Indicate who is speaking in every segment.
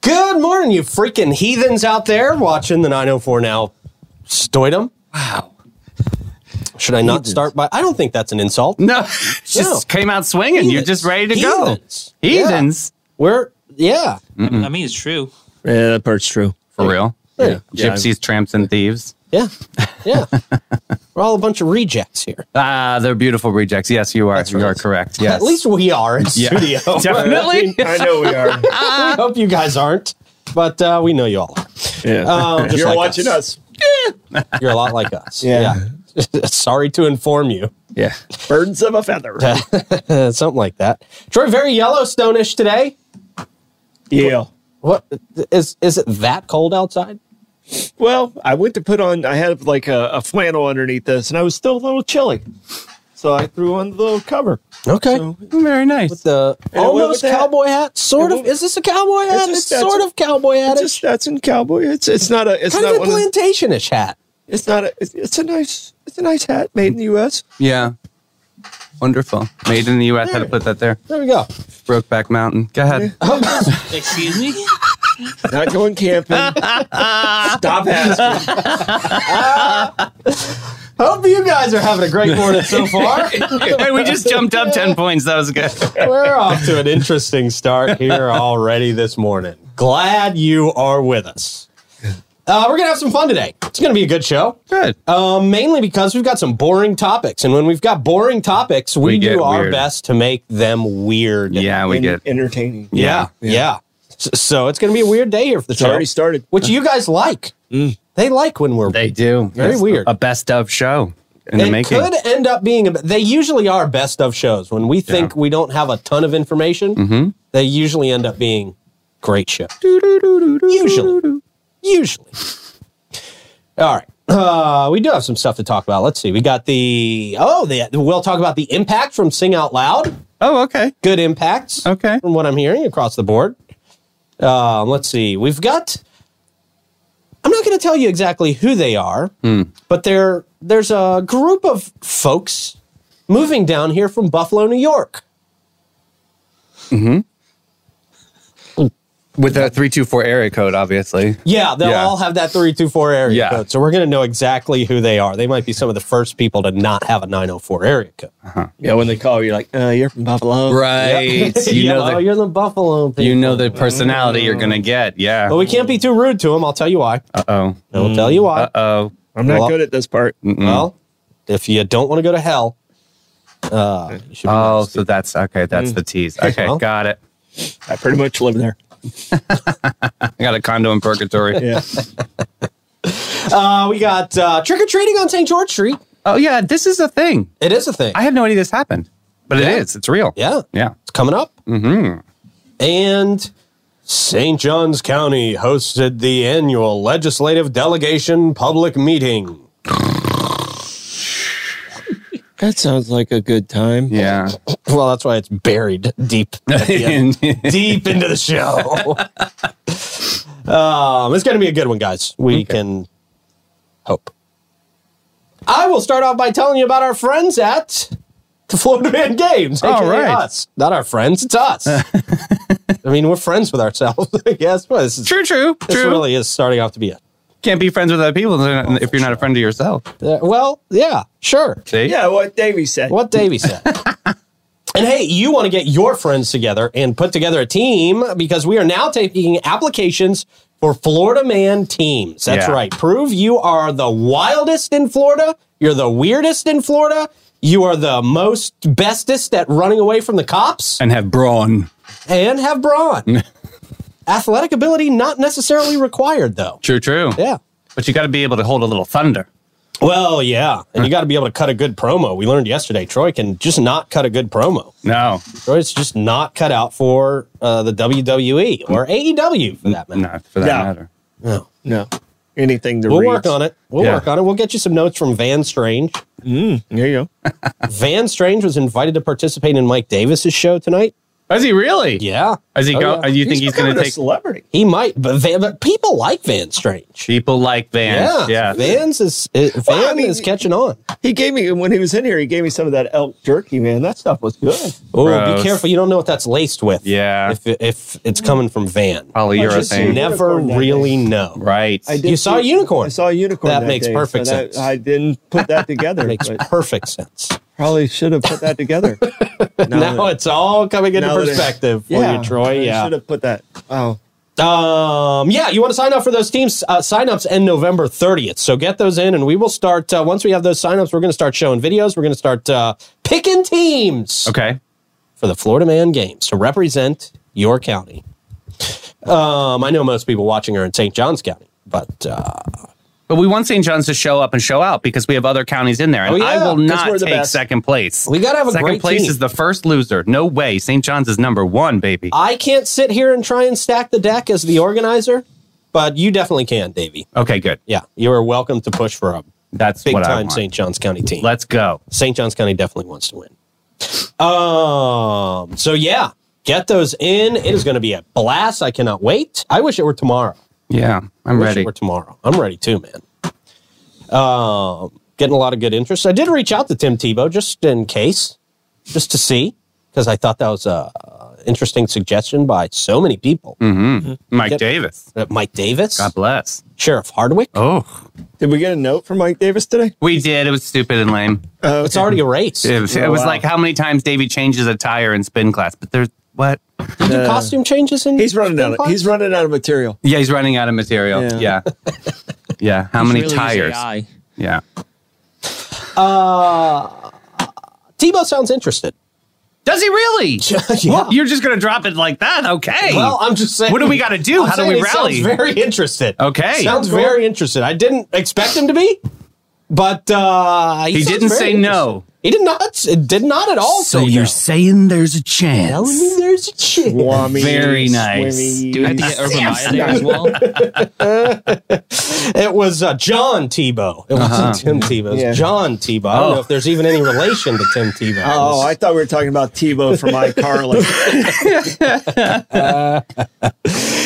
Speaker 1: Good morning, you freaking heathens out there watching the 904 now. Stoidum.
Speaker 2: Wow.
Speaker 1: Should I not start by? I don't think that's an insult.
Speaker 2: No, just came out swinging. You're just ready to go.
Speaker 1: Heathens. Yeah.
Speaker 2: Heathens.
Speaker 1: We're yeah.
Speaker 3: I mean, it's true.
Speaker 4: Yeah, that part's true.
Speaker 2: For real.
Speaker 1: Yeah.
Speaker 2: Gypsies, tramps, and thieves.
Speaker 1: Yeah. Yeah. We're all a bunch of rejects here.
Speaker 2: Ah, they're beautiful rejects. Yes, you are. you are correct. Yes.
Speaker 1: At least we are in studio.
Speaker 2: Definitely.
Speaker 5: I know we are.
Speaker 1: we hope you guys aren't, but uh, we know you all are.
Speaker 4: Yeah.
Speaker 1: Um, just
Speaker 5: You're
Speaker 1: like
Speaker 5: watching us.
Speaker 1: You're a lot like us.
Speaker 5: Yeah.
Speaker 1: Yeah. Sorry to inform you.
Speaker 4: yeah.
Speaker 5: Birds of a feather.
Speaker 1: Uh, something like that. Troy, very Yellowstone-ish today.
Speaker 5: yeah.
Speaker 1: What is is it that cold outside?
Speaker 5: Well, I went to put on. I had like a, a flannel underneath this, and I was still a little chilly, so I threw on the little cover.
Speaker 1: Okay.
Speaker 5: So
Speaker 2: Very nice.
Speaker 1: the
Speaker 5: And it went
Speaker 1: almost
Speaker 5: with that.
Speaker 1: cowboy hat, sort
Speaker 5: It
Speaker 1: of.
Speaker 5: went-
Speaker 1: Is this a cowboy hat?
Speaker 5: just-
Speaker 1: It's
Speaker 5: that's-
Speaker 1: sort of cowboy hat.
Speaker 5: it's just that's in cowboy. It's it's not a it's
Speaker 1: kind
Speaker 5: not
Speaker 1: of a
Speaker 5: one of,
Speaker 1: plantation-ish hat.
Speaker 5: it's not a it's, it's a nice it's a nice hat made in the U.S.
Speaker 2: Yeah. Wonderful. Made in the U.S. Had to put that there.
Speaker 1: There we go.
Speaker 2: Brokeback Mountain. Go ahead.
Speaker 3: Excuse me?
Speaker 5: Not going camping. Stop asking.
Speaker 1: Hope you guys are having a great morning so far.
Speaker 2: Hey, we just jumped up 10 points. That was good.
Speaker 1: We're off to an interesting start here already this morning. Glad you are with us. Uh, we're gonna have some fun today. It's gonna be a good show.
Speaker 2: Good.
Speaker 1: Um, mainly because we've got some boring topics, and when we've got boring topics, we,
Speaker 2: We get
Speaker 1: do our
Speaker 2: weird.
Speaker 1: best to make them weird.
Speaker 2: Yeah, we
Speaker 5: En-
Speaker 2: get.
Speaker 5: entertaining.
Speaker 1: yeah, yeah. S- So it's gonna be a weird day here for the
Speaker 5: It's already
Speaker 1: show,
Speaker 5: started.
Speaker 1: which you guys like. They like when we're
Speaker 2: They do.
Speaker 1: Very weird.
Speaker 2: A best of show in
Speaker 1: It
Speaker 2: the making.
Speaker 1: could end up being. A, they usually are best of shows. When we think we don't have a ton of information,
Speaker 2: Mm-hmm.
Speaker 1: they usually end up being great shows. Usually, usually. All right, uh, we do have some stuff to talk about. Let's see. We got the oh, the, we'll talk about the impact from Sing Out Loud.
Speaker 2: Oh, okay.
Speaker 1: Good impacts.
Speaker 2: Okay.
Speaker 1: from what I'm hearing across the board. Um, let's see. We've got. I'm not going to tell you exactly who they are,
Speaker 2: Hmm.
Speaker 1: but they're, there's a group of folks moving down here from Buffalo, New York.
Speaker 2: With the 324 area code, obviously.
Speaker 1: Yeah, they'll
Speaker 2: Yeah.
Speaker 1: all have that 324 area
Speaker 2: Yeah.
Speaker 1: code. So we're going to know exactly who they are. They might be some of the first people to not have a 904 area code.
Speaker 5: Yeah, when they call you, like, uh, you're from Buffalo.
Speaker 2: Right. You
Speaker 1: yeah,
Speaker 2: know
Speaker 1: oh,
Speaker 2: the
Speaker 1: you're the Buffalo people.
Speaker 2: you know the personality you're gonna get. Yeah.
Speaker 1: but Oh, we can't be too rude to them. I'll tell you why.
Speaker 2: Uh oh.
Speaker 1: I will tell you why.
Speaker 2: Uh oh.
Speaker 5: I'm not
Speaker 1: Well- mm.
Speaker 5: good at this part.
Speaker 1: Well, if you don't want to go to hell, uh, you should be
Speaker 2: Oh,
Speaker 1: nice.
Speaker 2: so that's okay. That's the tease. Okay,
Speaker 1: Hmm. Well.
Speaker 2: got it.
Speaker 5: I pretty much live there.
Speaker 2: I got a condo in purgatory.
Speaker 5: Yeah.
Speaker 1: Uh, we got uh, trick or treating on St. George Street.
Speaker 2: Oh yeah, this is a thing.
Speaker 1: It is a thing.
Speaker 2: I had no idea this happened, but
Speaker 1: Yeah.
Speaker 2: it is. It's real.
Speaker 1: yeah,
Speaker 2: Yeah.
Speaker 1: it's coming up. Mm-hmm. And St. John's County hosted the annual legislative delegation public meeting.
Speaker 5: That sounds like a good time.
Speaker 2: Yeah.
Speaker 1: Well, that's why it's buried deep, at the end. deep into the show. um, it's going to be a good one, guys. We can hope. I will start off by telling you about our friends at the Florida Man Games.
Speaker 2: All
Speaker 1: AKA
Speaker 2: right.
Speaker 1: us. Not our friends, it's us. I mean, we're friends with ourselves, I guess. Well, this, is,
Speaker 2: True, true,
Speaker 1: this
Speaker 2: true.
Speaker 1: really is starting off to be a.
Speaker 2: Can't be friends with other people if you're not a friend to yourself.
Speaker 1: uh, well, yeah, sure.
Speaker 2: See?
Speaker 5: Yeah, what Davey said.
Speaker 1: What Davey said. and hey, you want to get your friends together and put together a team because we are now taking applications for Florida Man teams. That's
Speaker 2: Yeah.
Speaker 1: right. Prove you are the wildest in Florida. You're the weirdest in Florida. You are the most bestest at running away from the cops
Speaker 2: And have brawn.
Speaker 1: and have brawn. Athletic ability not necessarily required though.
Speaker 2: True, true.
Speaker 1: Yeah.
Speaker 2: But you got to be able to hold a little thunder.
Speaker 1: Well, yeah. And you got to be able to cut a good promo. We learned yesterday Troy can just not cut a good promo.
Speaker 2: No,
Speaker 1: or it's just not cut out for uh, the WWE or AEW for that matter.
Speaker 2: not for that
Speaker 5: No.
Speaker 2: matter.
Speaker 1: No.
Speaker 5: No. Anything to
Speaker 1: We'll
Speaker 5: read.
Speaker 1: work on it. We'll
Speaker 2: Yeah.
Speaker 1: work on it. We'll get you some notes from Van Strange.
Speaker 5: There you go.
Speaker 1: Van Strange was invited to participate in Mike Davis's show tonight.
Speaker 2: Is he really?
Speaker 1: Yeah.
Speaker 2: Is he
Speaker 1: Oh,
Speaker 2: go? uh,
Speaker 1: yeah.
Speaker 2: You think he's, going
Speaker 5: becoming
Speaker 2: to
Speaker 5: a
Speaker 2: take
Speaker 5: celebrity?
Speaker 1: He might, but, Van, but people like Van Strange.
Speaker 2: people like Vans?
Speaker 1: yeah.
Speaker 2: Yeah.
Speaker 1: Vans is uh, Van
Speaker 5: Well, I mean-
Speaker 1: is catching on.
Speaker 5: He gave me when he was in here. He gave me some of that elk jerky, man. That stuff was good.
Speaker 1: Oh, be
Speaker 2: Gross.
Speaker 1: careful! You don't know what that's laced with.
Speaker 2: Yeah.
Speaker 1: if if it's coming from Van, you
Speaker 5: Same.
Speaker 2: Polyurethane.
Speaker 1: never
Speaker 5: Unicorn that
Speaker 1: really know.
Speaker 2: Right.
Speaker 5: I did
Speaker 1: You saw a unicorn.
Speaker 5: I saw a unicorn.
Speaker 1: That
Speaker 5: That,
Speaker 1: makes
Speaker 5: day,
Speaker 1: perfect
Speaker 5: so that-
Speaker 1: sense.
Speaker 5: I didn't put that together.
Speaker 1: Makes
Speaker 5: but
Speaker 1: perfect sense.
Speaker 5: probably should have put that together. No,
Speaker 1: now it's all coming into
Speaker 5: now that it-
Speaker 1: perspective for you, Troy.
Speaker 5: I
Speaker 1: Yeah.
Speaker 5: should have put that. Oh,
Speaker 1: Um, yeah, you want to sign up for those teams? Uh, signups end November 30th. So get those in, and we will start. Uh, once we have those signups, we're going to start showing videos. We're going to start uh, picking teams
Speaker 2: Okay.
Speaker 1: for the Florida Man Games to represent your county. Um, I know most people watching are in St. John's County, but uh,
Speaker 2: But we want St. John's to show up and show out because we have other counties in there. And
Speaker 1: Oh, yeah,
Speaker 2: I will
Speaker 1: 'cause
Speaker 2: not
Speaker 5: we're the
Speaker 2: take
Speaker 5: best.
Speaker 2: second place.
Speaker 1: we got to have a
Speaker 2: second
Speaker 1: great
Speaker 2: place
Speaker 1: team.
Speaker 2: is the first loser. No way. St. John's is number one, baby.
Speaker 1: I can't sit here and try and stack the deck as the organizer, but you definitely can, Davey.
Speaker 2: Okay, good.
Speaker 1: Yeah, you are welcome to push for a
Speaker 2: That's
Speaker 1: big
Speaker 2: what I
Speaker 1: time
Speaker 2: want.
Speaker 1: St. John's County team.
Speaker 2: Let's go.
Speaker 1: St. John's County definitely wants to win. Um, so yeah, get those in. It is going to be a blast. I cannot wait. I wish it were tomorrow.
Speaker 2: Yeah, I'm
Speaker 1: Wish
Speaker 2: ready.
Speaker 1: it were tomorrow. I'm ready too, man. Um, getting a lot of good interest. I did reach out to Tim Tebow just in case, just to see, because I thought that was a interesting suggestion by so many people.
Speaker 2: Hmm. Mike
Speaker 1: Get-
Speaker 2: Davis.
Speaker 1: Uh, Mike Davis,
Speaker 2: God bless.
Speaker 1: Sheriff Hardwick.
Speaker 2: Oh,
Speaker 5: did we get a note from Mike Davis today?
Speaker 2: we did. It was stupid and lame.
Speaker 5: Uh,
Speaker 1: It's already a race.
Speaker 2: It was, it
Speaker 5: Oh,
Speaker 2: was
Speaker 5: wow.
Speaker 2: like how many times Davey changes a tire in spin class. But there's what?
Speaker 1: Did you do costume changes in?
Speaker 5: he's running out. Of, he's running out of material.
Speaker 2: Yeah, he's running out of material.
Speaker 5: Yeah.
Speaker 2: Yeah. Yeah. How many tires?
Speaker 3: AI.
Speaker 2: Yeah.
Speaker 1: Tebow sounds interested.
Speaker 2: Does he really?
Speaker 1: yeah.
Speaker 2: You're just gonna drop it like that? Okay.
Speaker 1: Well, I'm just saying.
Speaker 2: What do we gotta do?
Speaker 1: I'm
Speaker 2: How do
Speaker 1: saying
Speaker 2: we
Speaker 1: he
Speaker 2: rally?
Speaker 1: Sounds very interested.
Speaker 2: Okay.
Speaker 1: Sounds
Speaker 5: Cool.
Speaker 1: very interested. I didn't expect him to be, but uh,
Speaker 2: He
Speaker 1: sounds
Speaker 2: didn't
Speaker 1: very
Speaker 2: say
Speaker 1: interested.
Speaker 2: no.
Speaker 1: He did not. It did not at all.
Speaker 2: so
Speaker 1: say
Speaker 2: you're
Speaker 1: no.
Speaker 2: saying there's a
Speaker 1: telling me
Speaker 2: chance?
Speaker 1: there's a chance.
Speaker 5: Swami,
Speaker 2: Very nice.
Speaker 5: swimmy.
Speaker 3: Do we have to get Urban Meyer there as well?
Speaker 1: It was uh, John Tebow. It wasn't
Speaker 2: Uh-huh.
Speaker 1: Tim Tebow. It was
Speaker 5: Yeah.
Speaker 1: John Tebow. I don't
Speaker 2: Oh.
Speaker 1: know if there's even any relation to Tim Tebow.
Speaker 5: Oh, I thought we were talking about Tebow from iCarly.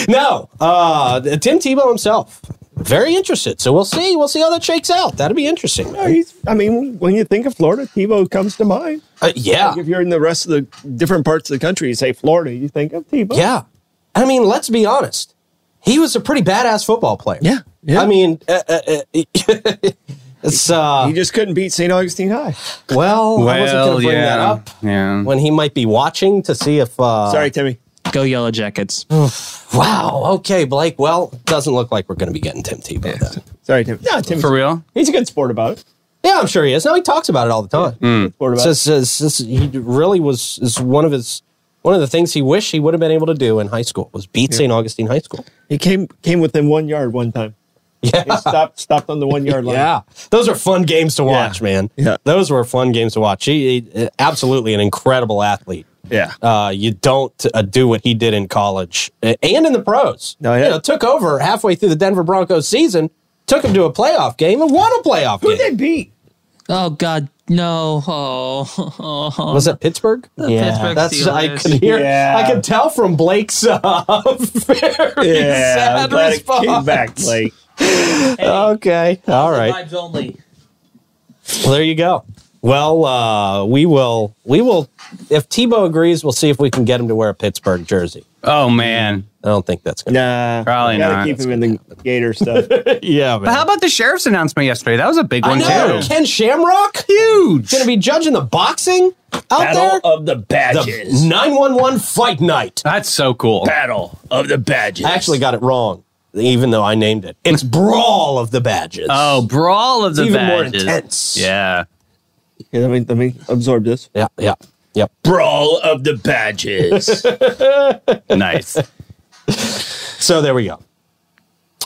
Speaker 1: no. Uh, Tim Tebow himself. Very interested. So we'll see. We'll see how that shakes out. That'll be interesting. man.
Speaker 5: He's- I mean, when you think of Florida, Tebow comes to mind.
Speaker 1: Uh, yeah.
Speaker 5: If you're in the rest of the different parts of the country, you say Florida, you think of Tebow.
Speaker 1: Yeah. I mean, let's be honest. He was a pretty badass football player.
Speaker 5: Yeah, yeah.
Speaker 1: I mean, uh, uh, uh, it's, uh,
Speaker 5: He just couldn't beat St. Augustine High.
Speaker 1: well, I wasn't going to bring that up
Speaker 2: Yeah.
Speaker 1: when he might be watching to see if, uh,
Speaker 5: Sorry, Timmy.
Speaker 3: Go Yellow Jackets.
Speaker 1: wow. Okay, Blake. Well, doesn't look like we're going to be getting Tim Tebow then.
Speaker 5: Sorry, Timmy. No, Timmy.
Speaker 2: For real?
Speaker 5: He's a good sport about it.
Speaker 1: Yeah, I'm sure he is. No, he talks about it all the time.
Speaker 5: Good sport about
Speaker 1: Says, says, says he really was is one of his one of the things he wished he would have been able to do in high school was beat St. Augustine High School.
Speaker 5: it. He came came within one yard one time.
Speaker 1: Yeah.
Speaker 5: He stopped stopped on the one yard line.
Speaker 1: Yeah, those are fun games to watch, man.
Speaker 5: Yeah.
Speaker 1: those were fun games to watch. He, he- absolutely an incredible athlete.
Speaker 5: Yeah.
Speaker 1: Uh, you don't uh, do what he did in college uh, and in the pros.
Speaker 5: No, Oh, yeah.
Speaker 1: You know, took over halfway through the Denver Broncos season, took him to a playoff game and won a playoff
Speaker 5: Who
Speaker 1: game.
Speaker 5: they beat?
Speaker 3: Oh God, no! Oh,
Speaker 1: Was it Pittsburgh? yeah,
Speaker 3: Pittsburgh
Speaker 1: that's I
Speaker 3: Steelers.
Speaker 1: could hear.
Speaker 5: Yeah.
Speaker 1: I could tell from Blake's uh, very
Speaker 5: Yeah.
Speaker 1: sad
Speaker 5: Glad it came
Speaker 1: response.
Speaker 5: back like
Speaker 1: Okay, all right.
Speaker 3: Vibes only.
Speaker 1: Well, there you go. Well, uh, we will. We will. If Tebow agrees, we'll see if we can get him to wear a Pittsburgh jersey.
Speaker 2: Oh man.
Speaker 1: I don't think that's gonna.
Speaker 5: nah.
Speaker 2: Probably
Speaker 5: gotta
Speaker 2: not.
Speaker 5: Keep him in the Gator stuff.
Speaker 1: Yeah,
Speaker 2: But how about the sheriff's announcement yesterday? That was a big
Speaker 1: I
Speaker 2: one
Speaker 1: know
Speaker 2: too.
Speaker 1: Ken Shamrock
Speaker 2: Huge.
Speaker 1: going to be judging the boxing out
Speaker 5: Battle
Speaker 1: there.
Speaker 5: of the Badges.
Speaker 1: the nine one one fight night.
Speaker 2: That's so cool.
Speaker 5: Battle of the Badges.
Speaker 1: I actually got it wrong, even though I named it. It's brawl of the badges.
Speaker 2: Oh, brawl of the
Speaker 1: Even more
Speaker 2: badges.
Speaker 1: intense.
Speaker 2: Yeah.
Speaker 5: Here, let me let me absorb this.
Speaker 1: yeah, yeah, yep.
Speaker 5: Brawl of the Badges.
Speaker 2: Nice.
Speaker 1: So there we go.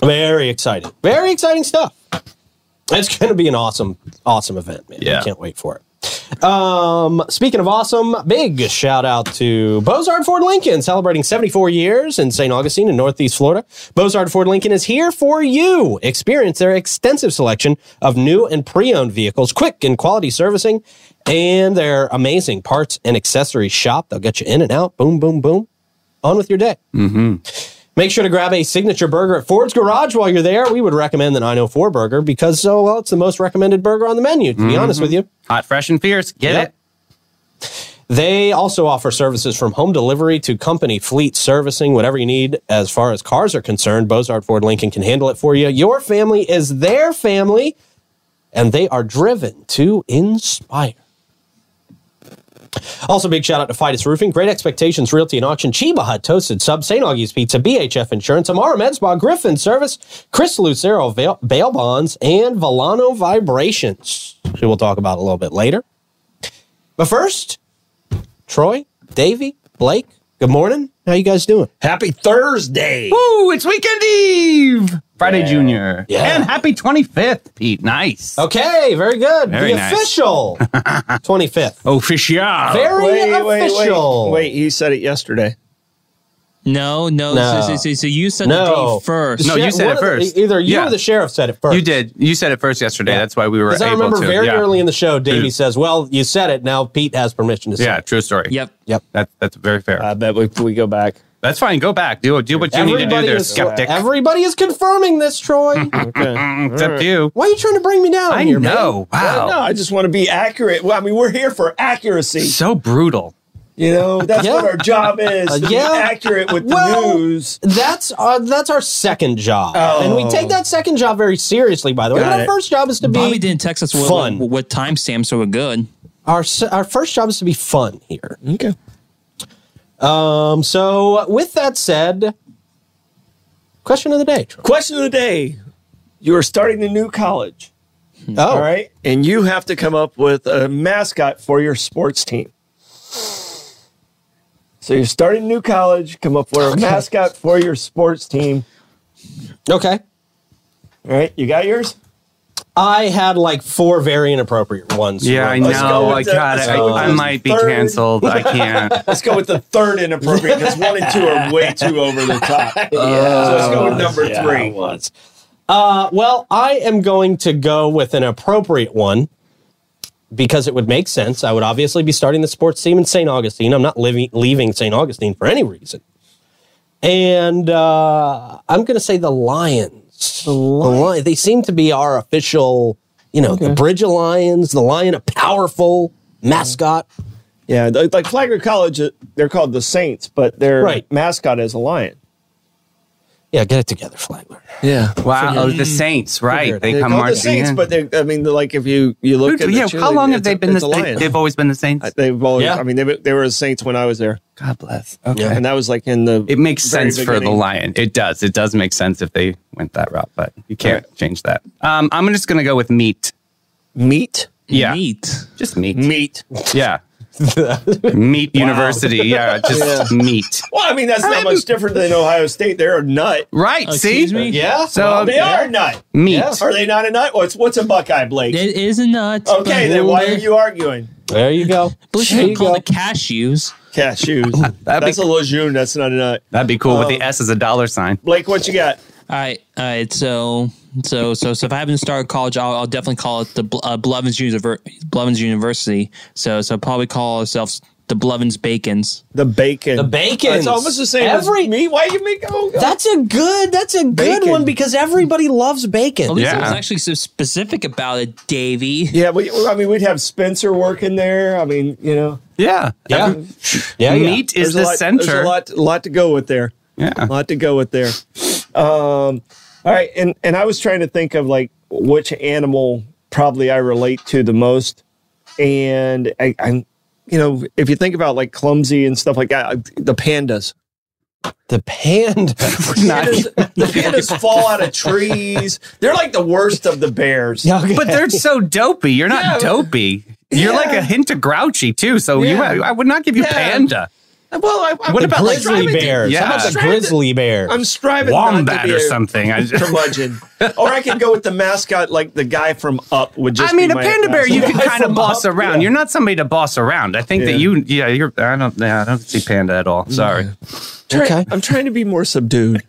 Speaker 1: Very exciting. Very exciting stuff. It's going to be an awesome, awesome event, man.
Speaker 2: Yeah.
Speaker 1: I can't wait for it. Um, speaking of awesome, big shout out to Bozard Ford Lincoln celebrating 74 years in St. Augustine in Northeast Florida. Bozard Ford Lincoln is here for you. Experience their extensive selection of new and pre owned vehicles, quick and quality servicing, and their amazing parts and accessories shop. They'll get you in and out. Boom, boom, boom. On with your day. Make sure to grab a signature burger at Ford's Garage while you're there. We would recommend the 904 burger because, so well, it's the most recommended burger on the menu, to be honest with you.
Speaker 2: Hot, fresh, and fierce. Get
Speaker 1: Yep.
Speaker 2: it?
Speaker 1: They also offer services from home delivery to company fleet servicing, whatever you need as far as cars are concerned. Bozard Ford Lincoln can handle it for you. Your family is their family, and they are driven to inspire. Also, big shout out to Fidus Roofing, Great Expectations Realty and Auction, Chiba Hut Toasted Sub, St. Augie's Pizza, BHF Insurance, Amara Med Spa, Griffin Service, Chris Lucero Bail, Bail Bonds, and Volano Vibrations, who we'll talk about a little bit later. But first, Troy, Davey, Blake, good morning. How you guys doing?
Speaker 5: Happy Thursday.
Speaker 2: Ooh, it's weekend eve. Friday Junior.
Speaker 1: Yeah.
Speaker 2: And happy 25th, Pete. Nice.
Speaker 1: Okay, very good.
Speaker 2: Very
Speaker 1: the
Speaker 2: nice.
Speaker 1: official
Speaker 2: Oh,
Speaker 1: 25th.
Speaker 2: Official.
Speaker 1: Very official.
Speaker 5: wait, wait. He said it yesterday.
Speaker 3: No, no.
Speaker 1: No.
Speaker 3: So, so, so you said
Speaker 1: No.
Speaker 3: the day first.
Speaker 2: No,
Speaker 1: Sheriff-
Speaker 2: you said
Speaker 1: one
Speaker 2: it
Speaker 1: of the-
Speaker 2: first.
Speaker 1: either you
Speaker 2: Yeah.
Speaker 1: or the sheriff said it first.
Speaker 2: You did. You said it first yesterday. That's why we were
Speaker 1: Because
Speaker 2: able
Speaker 1: I remember
Speaker 2: to.
Speaker 1: very
Speaker 2: yeah.
Speaker 1: early in the show, Davey says, Well, you said it. Now Pete has permission to say
Speaker 2: Yeah,
Speaker 1: it.
Speaker 2: true story.
Speaker 3: Yep.
Speaker 1: Yep.
Speaker 2: That, that's very fair.
Speaker 5: I bet we, we go back.
Speaker 2: that's fine. Go back. Do, do what you need to do there,
Speaker 1: is,
Speaker 2: skeptic.
Speaker 1: everybody is confirming this, Troy.
Speaker 5: Okay.
Speaker 2: Except you.
Speaker 1: Why are you trying to bring me down
Speaker 2: I
Speaker 1: here, man?
Speaker 2: know. Wow.
Speaker 5: No, I just want to be accurate. Well, I mean, we're here for accuracy.
Speaker 2: So brutal.
Speaker 5: You know, that's
Speaker 1: Yeah.
Speaker 5: what our job is. To be
Speaker 1: yeah.
Speaker 5: accurate with the
Speaker 1: Well-
Speaker 5: news.
Speaker 1: That's our, that's our second job,
Speaker 5: Oh.
Speaker 1: and we take that second job very seriously. By the way,
Speaker 5: Got
Speaker 1: but our
Speaker 5: it.
Speaker 1: first job is to
Speaker 3: Bobby
Speaker 1: be
Speaker 3: didn't text us what,
Speaker 1: fun.
Speaker 3: what, what timestamp, so we're good.
Speaker 1: our s- our first job is to be fun here.
Speaker 5: Okay.
Speaker 1: Um, so with that said, question of the day. Troy.
Speaker 5: Question of the day. You are starting a new college.
Speaker 1: Oh,
Speaker 5: Hmm. All right. And you have to come up with a mascot for your sports team. So you're starting a new college, come up with a mascot for your sports team.
Speaker 1: okay.
Speaker 5: All right. You got yours?
Speaker 1: I had like four very inappropriate ones.
Speaker 2: Yeah, I know.
Speaker 5: Let's go with
Speaker 2: I
Speaker 5: the-
Speaker 2: got
Speaker 5: let's
Speaker 2: it.
Speaker 5: go with
Speaker 2: I, I
Speaker 5: the
Speaker 2: might be
Speaker 5: third.
Speaker 2: canceled. I can't.
Speaker 5: Let's go with the third inappropriate because one and two are way too over the top. so let's go with number three.
Speaker 1: Uh, well, I am going to go with an appropriate one because it would make sense. I would obviously be starting the sports team in St. Augustine. I'm not living, leaving St. Augustine for any reason. And uh, I'm going to say the Lions. The Lion. They seem to be our official, you know, the Bridge of Lions, the Lion, a powerful mascot.
Speaker 5: Yeah, like like Flagler College, uh, they're called the Saints, but their
Speaker 1: Right.
Speaker 5: mascot is a lion.
Speaker 1: Yeah, get it together, Flagler.
Speaker 5: Yeah,
Speaker 2: Wow, oh, the Saints,
Speaker 1: Figure
Speaker 2: right?
Speaker 1: it
Speaker 2: They
Speaker 5: they're
Speaker 2: come
Speaker 5: called the
Speaker 2: marching
Speaker 5: Saints,
Speaker 2: in.
Speaker 5: but they, I mean, they're like if you you
Speaker 2: Who-
Speaker 5: look at
Speaker 2: yeah,
Speaker 5: the
Speaker 2: how long
Speaker 5: cheerleading,
Speaker 2: have they
Speaker 5: it's a-
Speaker 2: been
Speaker 5: it's
Speaker 2: the
Speaker 5: a
Speaker 2: Saints?
Speaker 5: lion.
Speaker 2: They've always been the Saints.
Speaker 5: They've always,
Speaker 1: Yeah.
Speaker 5: I mean, they, were- they were the Saints when I was there,
Speaker 2: God bless. Okay,
Speaker 5: and that was like in the.
Speaker 2: it makes
Speaker 5: very
Speaker 2: sense for the
Speaker 5: beginning.
Speaker 2: lion. It does. It does make sense if they went that route, but you can't change that. Um, I'm just gonna go with meat.
Speaker 5: Meat,
Speaker 2: Yeah,
Speaker 3: Neat.
Speaker 2: just meat.
Speaker 5: meat.
Speaker 2: Yeah, meat university. Yeah, just meat.
Speaker 5: Well, I mean, that's not much different than Ohio State. They're a nut.
Speaker 2: Right.
Speaker 3: Oh, Excuse
Speaker 2: see,
Speaker 3: me?
Speaker 1: Yeah.
Speaker 2: So,
Speaker 1: Well,
Speaker 5: They
Speaker 1: yeah.
Speaker 5: are a nut.
Speaker 2: meat.
Speaker 1: Yeah.
Speaker 5: Are they not a nut? What's what's a Buckeye, Blake?
Speaker 3: It is a nut.
Speaker 5: okay, then why are you arguing?
Speaker 1: There you go.
Speaker 3: Bush
Speaker 1: There you
Speaker 3: you call
Speaker 1: go.
Speaker 3: the cashews.
Speaker 5: Cashews.
Speaker 2: That'd be-
Speaker 5: that's a lejeune. That's not a nut.
Speaker 2: That'd be cool with
Speaker 5: Um,
Speaker 2: the S as a dollar sign.
Speaker 5: Blake, what you got?
Speaker 3: All right, all right. So, so, so, so if I haven't started college, I'll, I'll definitely call it the Bl- uh, Blevins, Univer- Blevins University. So, so probably call ourselves the Blevins Bacons.
Speaker 5: The bacon.
Speaker 1: The bacon.
Speaker 5: It's almost the same
Speaker 1: Every
Speaker 5: as meat. Why you make? Oh, God.
Speaker 1: That's a good. That's a good
Speaker 5: Bacon.
Speaker 1: one because everybody loves bacon.
Speaker 3: At least
Speaker 2: Yeah.
Speaker 3: I was Oh, actually so specific about it, Davey.
Speaker 5: Yeah, we, I mean, we'd have Spencer working there. I mean, you know,
Speaker 2: Yeah.
Speaker 1: Yeah, yeah, yeah.
Speaker 2: Meat is
Speaker 5: there's a
Speaker 2: the
Speaker 5: lot, There's
Speaker 2: center.
Speaker 5: a lot, lot to go with there.
Speaker 2: Yeah.
Speaker 5: A lot to go with there. Um, all right, and and I was trying to think of like which animal probably I relate to the most, and I, I'm, you know, if you think about like clumsy and stuff like that, I, the pandas.
Speaker 1: The panda.
Speaker 2: Nice.
Speaker 5: Pandas- the pandas fall out of trees. They're like the worst of the bears.
Speaker 2: But they're so dopey. You're not dopey. You're like a hint of grouchy too. So you,
Speaker 5: Yeah.
Speaker 2: I would not give you
Speaker 5: Yeah.
Speaker 2: panda.
Speaker 5: Well, I, I,
Speaker 1: What about
Speaker 5: like
Speaker 1: grizzly
Speaker 5: driving-
Speaker 1: bears?
Speaker 2: Yeah.
Speaker 1: How about the
Speaker 5: Striving to-
Speaker 1: grizzly bear?
Speaker 5: I'm striving not to
Speaker 2: Wombat
Speaker 5: be
Speaker 2: or
Speaker 5: a
Speaker 2: something. I just,
Speaker 5: curmudgeon. or I could go with the mascot, like the guy from Up would just.
Speaker 2: I mean,
Speaker 5: be
Speaker 2: a
Speaker 5: my
Speaker 2: panda bear you
Speaker 5: mascot.
Speaker 2: can kind of boss around. You're not somebody to boss around. I think
Speaker 5: Yeah.
Speaker 2: that you, yeah, you're. I don't, yeah, I don't see panda at all. Sorry.
Speaker 5: Try-
Speaker 1: Okay.
Speaker 5: I'm trying to be more subdued.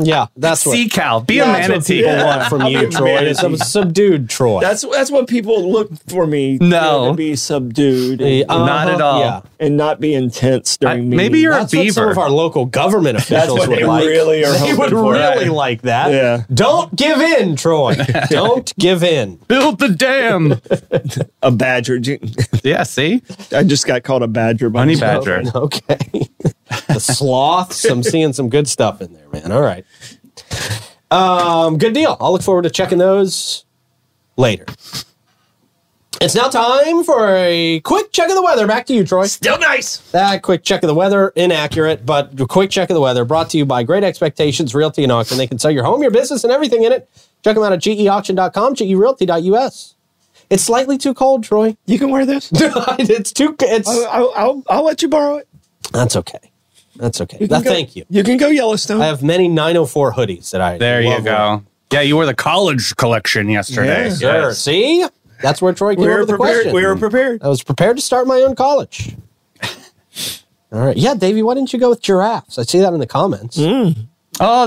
Speaker 1: yeah, that's what
Speaker 2: Sea cow, be a
Speaker 1: that's what
Speaker 2: manatee.
Speaker 1: people want from you, Troy. Is a subdued Troy.
Speaker 5: That's that's what people look for me. you
Speaker 2: No.
Speaker 5: know, to be subdued
Speaker 1: Uh,
Speaker 5: and,
Speaker 2: Not at all.
Speaker 1: Yeah.
Speaker 5: and not be intense during
Speaker 2: I-
Speaker 5: meetings.
Speaker 2: maybe you're- a
Speaker 1: That's what some
Speaker 2: beaver.
Speaker 1: of our local government
Speaker 5: That's
Speaker 1: officials
Speaker 5: what
Speaker 1: would
Speaker 5: they
Speaker 1: like.
Speaker 5: really are.
Speaker 1: They
Speaker 5: hoping
Speaker 1: would
Speaker 5: for.
Speaker 1: really like that.
Speaker 5: Yeah.
Speaker 1: Don't give in, Troy. Don't give in.
Speaker 2: Build the dam.
Speaker 5: a badger. Do you-
Speaker 2: yeah, see,
Speaker 5: I just got called a badger. By
Speaker 2: honey
Speaker 5: myself.
Speaker 2: badger.
Speaker 1: Okay. the sloths. I'm seeing some good stuff in there, man. All right. Um, good deal. I'll look forward to checking those later. It's now time for a quick check of the weather. Back to you, Troy.
Speaker 5: Still nice.
Speaker 1: That quick check of the weather, inaccurate, but a quick check of the weather brought to you by Great Expectations Realty and Auction. They can sell your home, your business, and everything in it. Check them out at geauction.com, gerealty.us. It's slightly too cold, Troy.
Speaker 5: You can wear this.
Speaker 1: it's too. It's
Speaker 5: I'll, I'll, I'll, I'll let you borrow it.
Speaker 1: that's okay. That's okay.
Speaker 5: can
Speaker 1: Now,
Speaker 5: go-
Speaker 1: thank you.
Speaker 5: You can go Yellowstone.
Speaker 1: I have many 904 hoodies that I
Speaker 2: There you
Speaker 1: love wearing.
Speaker 2: go. Yeah, you were the college collection yesterday.
Speaker 5: Yeah.
Speaker 1: Sure.
Speaker 2: Yes.
Speaker 1: See, that's where Troy came
Speaker 5: we
Speaker 1: up
Speaker 5: were
Speaker 1: with the
Speaker 5: prepared.
Speaker 1: question.
Speaker 5: We were prepared.
Speaker 1: I was prepared to start my own college. All right, yeah, Davey, why didn't you go with giraffes? I see that in the comments.
Speaker 2: Oh,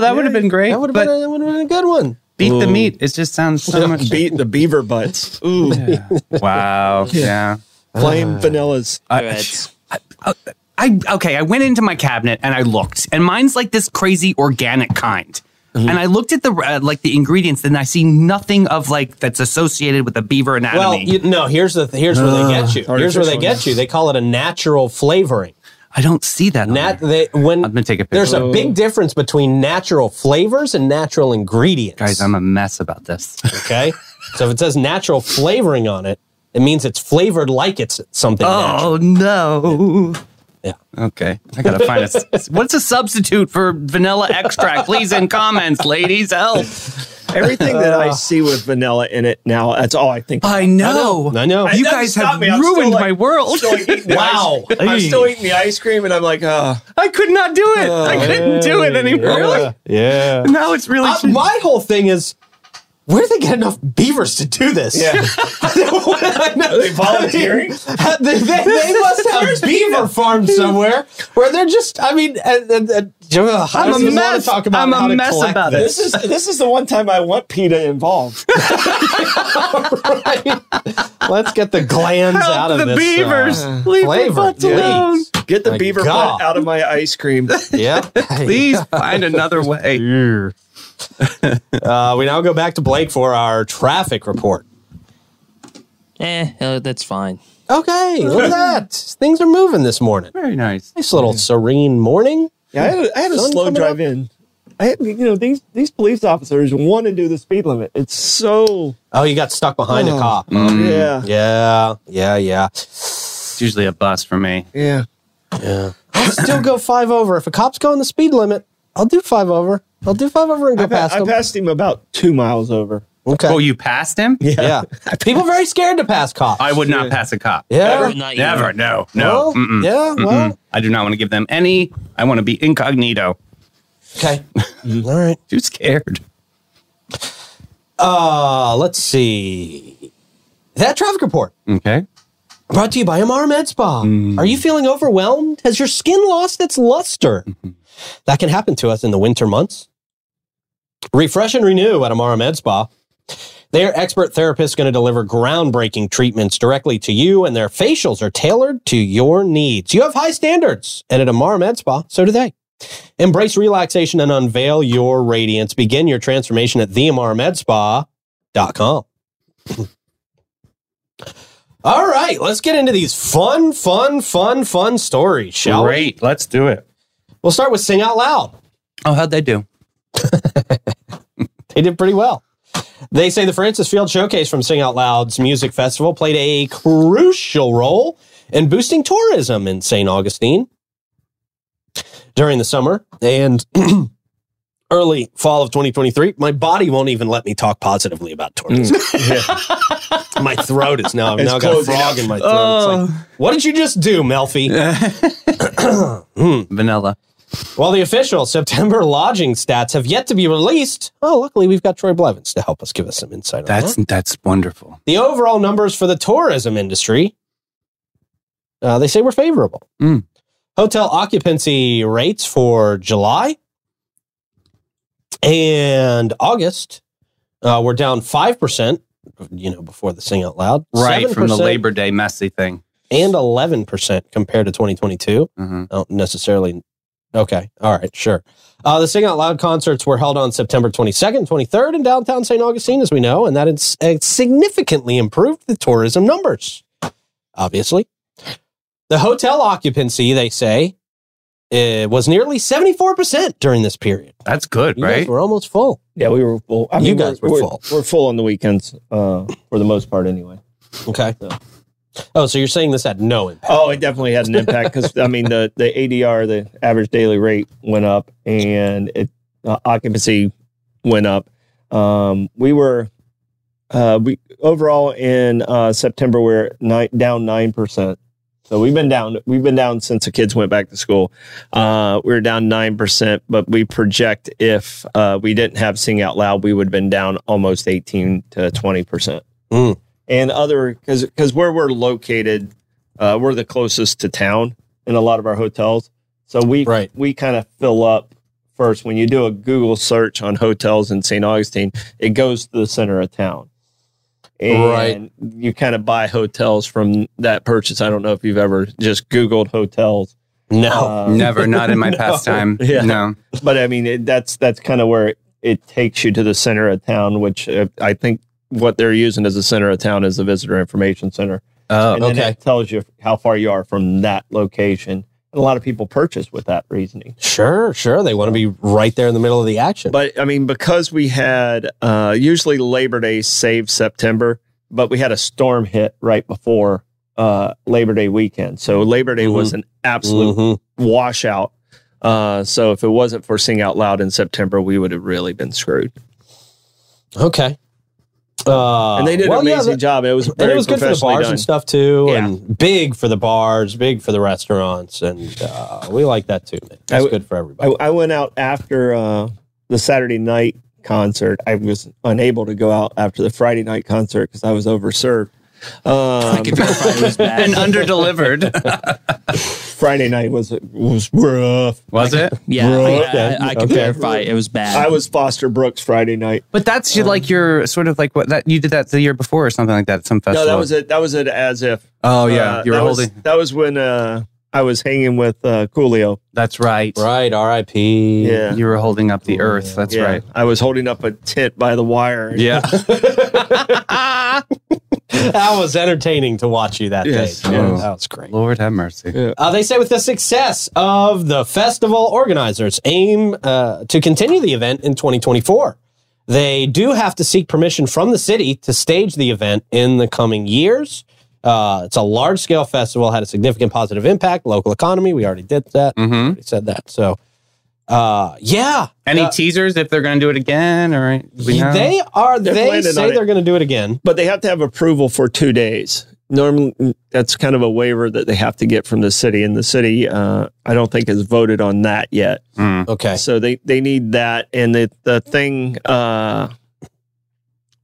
Speaker 2: that would have been great.
Speaker 1: That would have
Speaker 2: but
Speaker 1: been, a- that would've been a good one.
Speaker 2: beat the meat. It just sounds so much.
Speaker 5: Beat the beaver butts. Ooh, Ah.
Speaker 2: Wow. yeah.
Speaker 5: plain vanillas.
Speaker 3: Threads.
Speaker 2: I okay, I went into my cabinet and I looked, and mine's like this crazy organic kind.
Speaker 1: Mm-hmm.
Speaker 2: And I looked at the uh, like the ingredients, and I see nothing of like that's associated with the beaver anatomy.
Speaker 1: Well, you, no. Here's the th- here's where they get
Speaker 2: Ah,
Speaker 1: you. Here's where they
Speaker 5: artificial,
Speaker 1: get you. They call it a natural flavoring.
Speaker 2: I don't see that. on
Speaker 1: Nat,
Speaker 2: there.
Speaker 1: they when
Speaker 2: I'm gonna take a picture.
Speaker 1: there's a big difference between natural flavors and natural ingredients.
Speaker 2: Guys, I'm a mess about this.
Speaker 1: okay. so if it says natural flavoring on it, it means it's flavored like it's something. natural.
Speaker 2: oh no.
Speaker 1: Yeah.
Speaker 2: Okay, I gotta find a. s- What's a substitute for vanilla extract? Please in comments, ladies. Help.
Speaker 5: Everything that I see with vanilla in it now, that's all I think.
Speaker 2: I know.
Speaker 1: I know.
Speaker 2: You
Speaker 5: It Ah, doesn't
Speaker 2: guys
Speaker 5: stop
Speaker 2: have
Speaker 5: me. I'm still,
Speaker 2: ruined
Speaker 5: like,
Speaker 2: my world.
Speaker 5: still eating the
Speaker 1: Wow.
Speaker 5: ice- I'm still eating the ice cream, and I'm like, uh,
Speaker 2: I could not do it. I couldn't do it anymore.
Speaker 1: Yeah. yeah.
Speaker 2: Now it's really.
Speaker 1: Uh, my whole thing is. Where do they get enough beavers to do this?
Speaker 5: Yeah.
Speaker 1: I know.
Speaker 5: they volunteering?
Speaker 1: Uh, they, they, they must have beaver farms somewhere where they're just. I mean, uh, uh, uh, ugh, I
Speaker 2: I'm
Speaker 1: don't
Speaker 2: a
Speaker 1: even wanna
Speaker 2: mess.
Speaker 1: Talk about
Speaker 2: I'm a
Speaker 1: how to
Speaker 2: mess
Speaker 1: collect
Speaker 2: about
Speaker 1: this.
Speaker 5: this is this is the one time I want PETA involved.
Speaker 1: Let's get the glands
Speaker 2: Help
Speaker 1: out of
Speaker 2: the
Speaker 1: this. uh,
Speaker 2: beavers. Leave the
Speaker 1: flavor,
Speaker 2: butts alone.
Speaker 1: please.
Speaker 5: Get the
Speaker 1: My
Speaker 5: beaver
Speaker 1: God.
Speaker 5: butt out of my ice cream.
Speaker 1: Yeah.
Speaker 2: Please find another way.
Speaker 1: Uh, we now go back to Blake for our traffic report.
Speaker 3: Eh, uh, that's fine.
Speaker 1: Okay, look at that. Things are moving this morning.
Speaker 2: Very nice.
Speaker 1: Nice little serene morning.
Speaker 5: Yeah, I had a, I had a
Speaker 1: Sun
Speaker 5: slow
Speaker 1: coming
Speaker 5: drive
Speaker 1: up?
Speaker 5: in. I had, you know these these police officers want to do the speed limit. It's so
Speaker 1: Oh, you got stuck behind a
Speaker 5: Oh.
Speaker 1: cop.
Speaker 2: Mm-hmm.
Speaker 5: yeah
Speaker 1: Um, Yeah, yeah, yeah.
Speaker 2: It's usually a bus for me.
Speaker 5: yeah.
Speaker 1: I'll still go five over. If a cop's going the speed limit, I'll do five over. I'll do five over and go
Speaker 5: I, pa-
Speaker 1: past
Speaker 5: I
Speaker 1: him.
Speaker 5: passed him about two miles over.
Speaker 1: okay.
Speaker 2: Oh, you passed him?
Speaker 1: yeah. People very scared to pass cops.
Speaker 2: I would not pass a cop.
Speaker 1: Yeah.
Speaker 3: Or not
Speaker 2: Never.
Speaker 3: even.
Speaker 2: No.
Speaker 1: Well,
Speaker 2: No. Mm-mm.
Speaker 1: yeah, well.
Speaker 2: I do not want to give them any. I want to be incognito.
Speaker 1: Okay. All right.
Speaker 2: Too scared.
Speaker 1: Uh, let's see. That traffic report
Speaker 2: Okay.
Speaker 1: brought to you by MR Med Spa.
Speaker 2: Mm.
Speaker 1: Are you feeling overwhelmed? Has your skin lost its luster? That can happen to us in the winter months. Refresh and renew at Amara Med Spa. Their expert therapists going to deliver groundbreaking treatments directly to you, and their facials are tailored to your needs. You have high standards, and at Amara Med Spa, so do they. Embrace relaxation and unveil your radiance. Begin your transformation at theamaramedspa.com. All right, let's get into these fun, fun, fun, fun stories, shall we?
Speaker 2: Great. Let's do it.
Speaker 1: We'll start with Sing Out Loud.
Speaker 2: Oh, how'd they do?
Speaker 1: they did pretty well. They say the Francis Field Showcase from Sing Out Loud's music festival played a crucial role in boosting tourism in St. Augustine during the summer and early fall of 2023, my body won't even let me talk positively about tornadoes. my throat is now, I've
Speaker 5: It's
Speaker 1: now got a
Speaker 5: closing
Speaker 1: frog
Speaker 5: up.
Speaker 1: in my throat. It's like, what did you just do, Melfi? Hmm.
Speaker 2: Vanilla.
Speaker 1: While the official September lodging stats have yet to be released, oh, luckily we've got Troy Blevins to help us give us some insight on that.
Speaker 2: That's that's wonderful.
Speaker 1: The overall numbers for the tourism industry, uh, they say were favorable.
Speaker 2: Mm.
Speaker 1: Hotel occupancy rates for July and August uh, were down 5%, you know, before the sing out loud.
Speaker 2: Right from the
Speaker 1: 7%
Speaker 2: Labor Day messy thing.
Speaker 1: And 11% compared to 2022.
Speaker 2: Mhm.
Speaker 1: I don't Oh, necessarily. Okay. All right. Sure. Uh, the Sing Out Loud concerts were held on September 22nd, 23rd in downtown St. Augustine, as we know, and that is, it significantly improved the tourism numbers, obviously. The hotel occupancy, they say, eh, was nearly 74% during this period.
Speaker 2: That's good,
Speaker 1: You
Speaker 2: right?
Speaker 1: guys were almost full.
Speaker 5: Yeah, we were full. I
Speaker 1: You guys were
Speaker 5: we're,
Speaker 1: full.
Speaker 5: We're full on the weekends uh, for the most part, anyway.
Speaker 1: Okay. Oh, so you're saying this had no impact.
Speaker 5: Oh, it definitely had an impact because I mean the the ADR, the average daily rate, went up, and it uh, occupancy went up. Um, we were uh, we overall in uh, September we're ni- down nine percent. So we've been down. We've been down since the kids went back to school. Uh, we were down nine percent, but we project if uh, we didn't have Sing Out Loud, we would have been down almost eighteen to twenty percent.
Speaker 1: Mm.
Speaker 5: And other because because where we're located, uh, we're the closest to town in a lot of our hotels. So we
Speaker 1: Right.
Speaker 5: we kind of fill up first. When you do a Google search on hotels in St. Augustine, it goes to the center of town. And
Speaker 1: Right.
Speaker 5: you kind of buy hotels from that purchase. I don't know if you've ever just Googled hotels.
Speaker 1: No.
Speaker 5: Uh,
Speaker 2: Never, not in my pastime.
Speaker 5: Yeah.
Speaker 2: No.
Speaker 5: but I mean, it, that's that's kind of where it takes you to the center of town, which uh, I think what they're using as the center of town is the visitor information center.
Speaker 2: Oh,
Speaker 5: and
Speaker 1: okay.
Speaker 5: then it tells you how far you are from that location. And a lot of people purchase with that reasoning.
Speaker 1: Sure, sure. They want to be right there in the middle of the action.
Speaker 5: But I mean, because we had uh, usually Labor Day saved September, but we had a storm hit right before uh, Labor Day weekend. So Labor Day
Speaker 1: Mm-hmm.
Speaker 5: was an absolute
Speaker 1: Mhm.
Speaker 5: washout. Uh, so if it wasn't for Sing Out Loud in September, we would have really been screwed.
Speaker 1: Okay. Uh,
Speaker 5: And they did
Speaker 1: well,
Speaker 5: an
Speaker 1: yeah,
Speaker 5: amazing
Speaker 1: that-
Speaker 5: job. It was
Speaker 1: and
Speaker 5: very
Speaker 1: it was good for the
Speaker 5: professionally
Speaker 1: bars
Speaker 5: done.
Speaker 1: and stuff too,
Speaker 5: Yeah.
Speaker 1: and big for the bars, big for the restaurants, and uh, we like that too. Man. That's
Speaker 5: I w-
Speaker 1: good for
Speaker 5: I,
Speaker 1: everybody.
Speaker 5: I went out after uh, the Saturday night concert. I was unable to go out after the Friday night concert because I was overserved. Um,
Speaker 2: and underdelivered.
Speaker 5: Friday night was was rough.
Speaker 2: Was it?
Speaker 3: Yeah,
Speaker 5: Bro,
Speaker 3: I-
Speaker 5: okay,
Speaker 3: I, I, can
Speaker 5: okay.
Speaker 3: verify it was bad.
Speaker 5: I was Foster Brooks Friday night.
Speaker 2: But that's your- like your sort of like what that you did that the year before or something like that at some
Speaker 5: No,
Speaker 2: festival.
Speaker 5: that was it. That was it. As if.
Speaker 2: Oh yeah,
Speaker 5: Uh,
Speaker 2: you were
Speaker 5: that was-
Speaker 2: holding.
Speaker 5: that was when uh, I was hanging with uh, Coolio.
Speaker 2: that's right.
Speaker 1: right, R.I.P.
Speaker 5: Yeah.
Speaker 2: You were holding up the earth. That's
Speaker 5: Yeah.
Speaker 2: right.
Speaker 5: I was holding up a tent by the wire.
Speaker 2: Yeah.
Speaker 1: that was entertaining to watch you that
Speaker 5: Yes,
Speaker 1: day.
Speaker 2: yes.
Speaker 1: That was great.
Speaker 2: Oh. Lord have mercy.
Speaker 1: Uh, they say with the success of the festival, organizers aim uh, to continue the event in 2024. They do have to seek permission from the city to stage the event in the coming years. Uh, it's a large scale festival, had a significant positive impact, local economy. We already did that.
Speaker 2: Mm-hmm.
Speaker 1: We said that. So, uh, yeah.
Speaker 2: Any
Speaker 1: Uh,
Speaker 2: teasers if they're going to do it again? All right. We know.
Speaker 1: they are,
Speaker 5: They're
Speaker 1: they
Speaker 5: planning
Speaker 1: say
Speaker 5: on it.
Speaker 1: they're going to do it again.
Speaker 5: but they have to have approval for two days. Normally, that's kind of a waiver that they have to get from the city, and the city, uh, I don't think, has voted on that yet.
Speaker 2: Mm.
Speaker 1: Okay.
Speaker 5: So they they need that, and the the thing uh,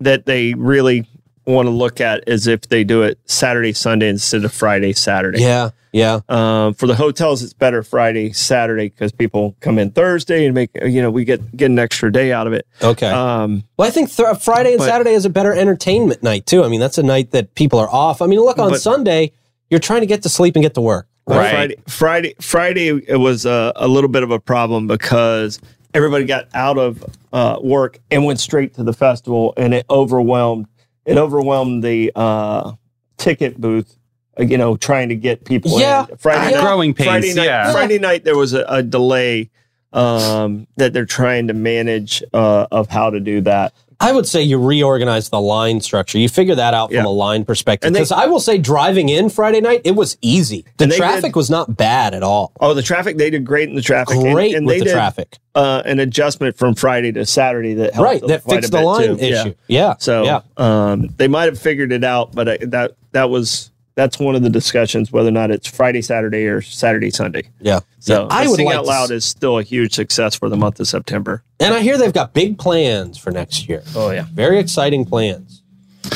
Speaker 5: that they really want to look at is if they do it Saturday, Sunday instead of Friday, Saturday.
Speaker 1: Yeah. Yeah.
Speaker 5: Um, for the hotels, it's better Friday, Saturday because people come in Thursday and make you know we get get an extra day out of it.
Speaker 1: Okay.
Speaker 2: Uh,
Speaker 5: Um,
Speaker 1: Well, I think th- Friday and
Speaker 5: But-
Speaker 1: Saturday is a better entertainment night too. I mean, that's a night that people are off. I mean, look on
Speaker 5: But-
Speaker 1: Sunday, you're trying to get to sleep and get to work.
Speaker 5: But
Speaker 2: Right.
Speaker 5: Friday, Friday, Friday, it was a, a little bit of a problem because everybody got out of uh, work and went straight to the festival, and it overwhelmed it overwhelmed the uh, ticket booth. uh, You know, trying to get people.
Speaker 1: Yeah.
Speaker 5: in. Friday
Speaker 1: Yeah.
Speaker 5: night,
Speaker 2: Growing pains.
Speaker 5: Friday night,
Speaker 2: yeah.
Speaker 5: Friday night there was a, a delay um, that they're trying to manage uh, of how to do that
Speaker 1: I would say you reorganize the line structure. You figure that out
Speaker 5: Yeah.
Speaker 1: from a line perspective.
Speaker 5: And they-
Speaker 1: Because I will say, driving in Friday night, it was easy. The
Speaker 5: And they
Speaker 1: traffic
Speaker 5: did-
Speaker 1: was not bad at all.
Speaker 5: Oh, the traffic they did great in the traffic. and-
Speaker 1: Great
Speaker 5: and,
Speaker 1: with
Speaker 5: they
Speaker 1: the
Speaker 5: did,
Speaker 1: traffic,
Speaker 5: Uh, an adjustment from Friday to Saturday that helped
Speaker 1: right? That
Speaker 5: quite
Speaker 1: fixed
Speaker 5: a
Speaker 1: the
Speaker 5: bit,
Speaker 1: line
Speaker 5: too. Yeah.
Speaker 1: issue. Yeah.
Speaker 5: So
Speaker 1: yeah,
Speaker 5: um, they might have figured it out, but I, that that was that's one of the discussions whether or not it's Friday, Saturday, or Saturday, Sunday.
Speaker 1: yeah.
Speaker 5: So
Speaker 1: I
Speaker 5: the
Speaker 1: would
Speaker 5: Sing
Speaker 1: like
Speaker 5: out
Speaker 1: to
Speaker 5: loud
Speaker 1: s-
Speaker 5: is still a huge success for the month of September.
Speaker 1: And I hear they've got big plans for next year.
Speaker 5: Oh yeah,
Speaker 1: Very exciting plans.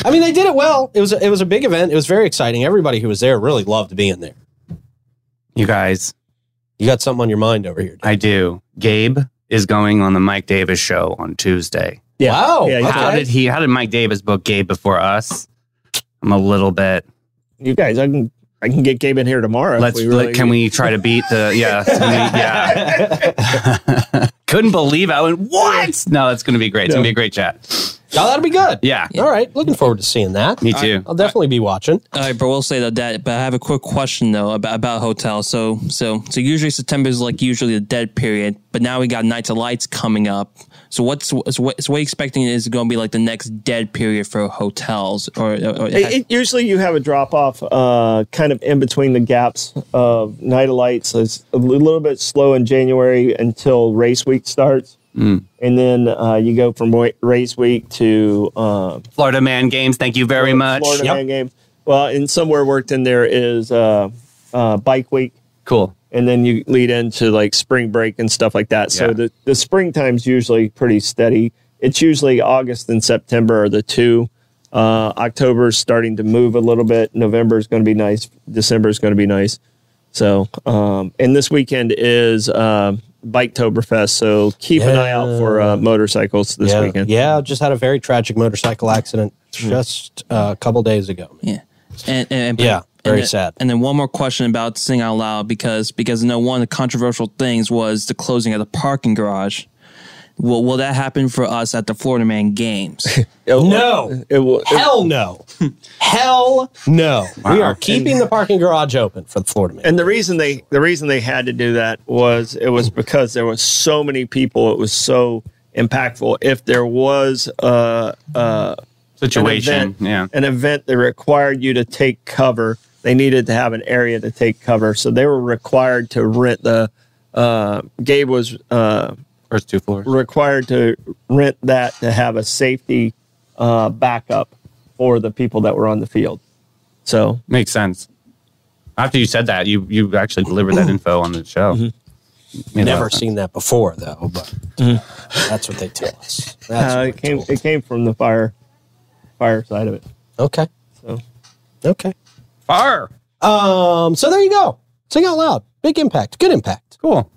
Speaker 1: I mean, they did it well. It was a, it was a big event. It was very exciting. Everybody who was there really loved being there.
Speaker 2: You guys,
Speaker 1: You got something on your mind over here? Dave.
Speaker 2: I do. Gabe is going on the Mike Davis show on Tuesday.
Speaker 5: Yeah.
Speaker 1: Wow.
Speaker 5: Yeah, you
Speaker 2: How
Speaker 1: okay.
Speaker 2: did he? How did Mike Davis book Gabe before us? I'm a little bit.
Speaker 5: you guys, I can I can get Gabe in here tomorrow. if
Speaker 2: Let's.
Speaker 5: we really
Speaker 2: let- can we try to beat the? Yeah. can we- yeah. Couldn't believe I went. What? No, it's going to be great. It's going to be a great chat.
Speaker 1: Oh, that'll be good.
Speaker 2: Yeah.
Speaker 1: All right. Looking forward to seeing that.
Speaker 2: Me too.
Speaker 1: I'll definitely be watching.
Speaker 3: All right, but we'll say that, that. But I have a quick question though about, about hotels. So, so, so usually September is like usually the dead period, but now we got Nights of Lights coming up. So what's so what, so what you expecting is going to be like the next dead period for hotels or, or
Speaker 5: It, it, usually you have a drop off uh, kind of in between the gaps of night of lights. It's a li- little bit slow in January until race week starts.
Speaker 1: Mm.
Speaker 5: And then uh, you go from wa- race week to uh,
Speaker 2: Florida Man Games. Thank you very much.
Speaker 5: Florida
Speaker 1: Yep.
Speaker 5: man games. Well, and somewhere worked in there is uh, uh, bike week.
Speaker 2: Cool.
Speaker 5: And then you lead into like spring break and stuff like that. So
Speaker 2: Yeah.
Speaker 5: the, the springtime's usually pretty steady. It's usually August and September are the two. Uh, October's starting to move a little bit. November's going to be nice. December's going to be nice. So, um, and this weekend is uh, Biketoberfest. So keep an eye out for uh, motorcycles this
Speaker 1: yeah.
Speaker 5: weekend. Hmm.
Speaker 1: Yeah. Just had a very tragic motorcycle accident just uh, a couple days ago.
Speaker 3: Yeah, and, and, and
Speaker 1: Yeah, very
Speaker 3: and then-
Speaker 1: sad.
Speaker 3: And then one more question about Sing Out Loud because because you know one of the controversial things was the closing of the parking garage. Will will that happen for us at the Florida Man Games?
Speaker 1: No.
Speaker 5: It will, it-
Speaker 1: Hell no. Hell no. We are keeping the parking garage open for the Florida man.
Speaker 5: and the reason they the reason they had to do that was it was because there was so many people it was so impactful if there was uh, uh, an
Speaker 2: Situation.
Speaker 5: event,
Speaker 2: Yeah.
Speaker 5: an event that required you to take cover they needed to have an area to take cover so they were required to rent the uh, gabe was uh,
Speaker 2: First two floors.
Speaker 5: required to rent that to have a safety uh, backup for the people that were on the field so
Speaker 2: Makes sense. After you said that, you you actually delivered that info on the show.
Speaker 5: Mm-hmm.
Speaker 2: Made a lot
Speaker 1: Never
Speaker 2: of sense.
Speaker 1: seen that before, though, but that's what they tell us. That's
Speaker 5: Hmm. uh,
Speaker 1: what
Speaker 5: it
Speaker 1: we're
Speaker 5: came
Speaker 1: told.
Speaker 5: it came from the fire fire side of it
Speaker 1: Okay.
Speaker 5: So-
Speaker 1: Okay.
Speaker 2: Far.
Speaker 1: Um, so there you go. Sing out loud. Big impact. Good impact.
Speaker 2: Cool.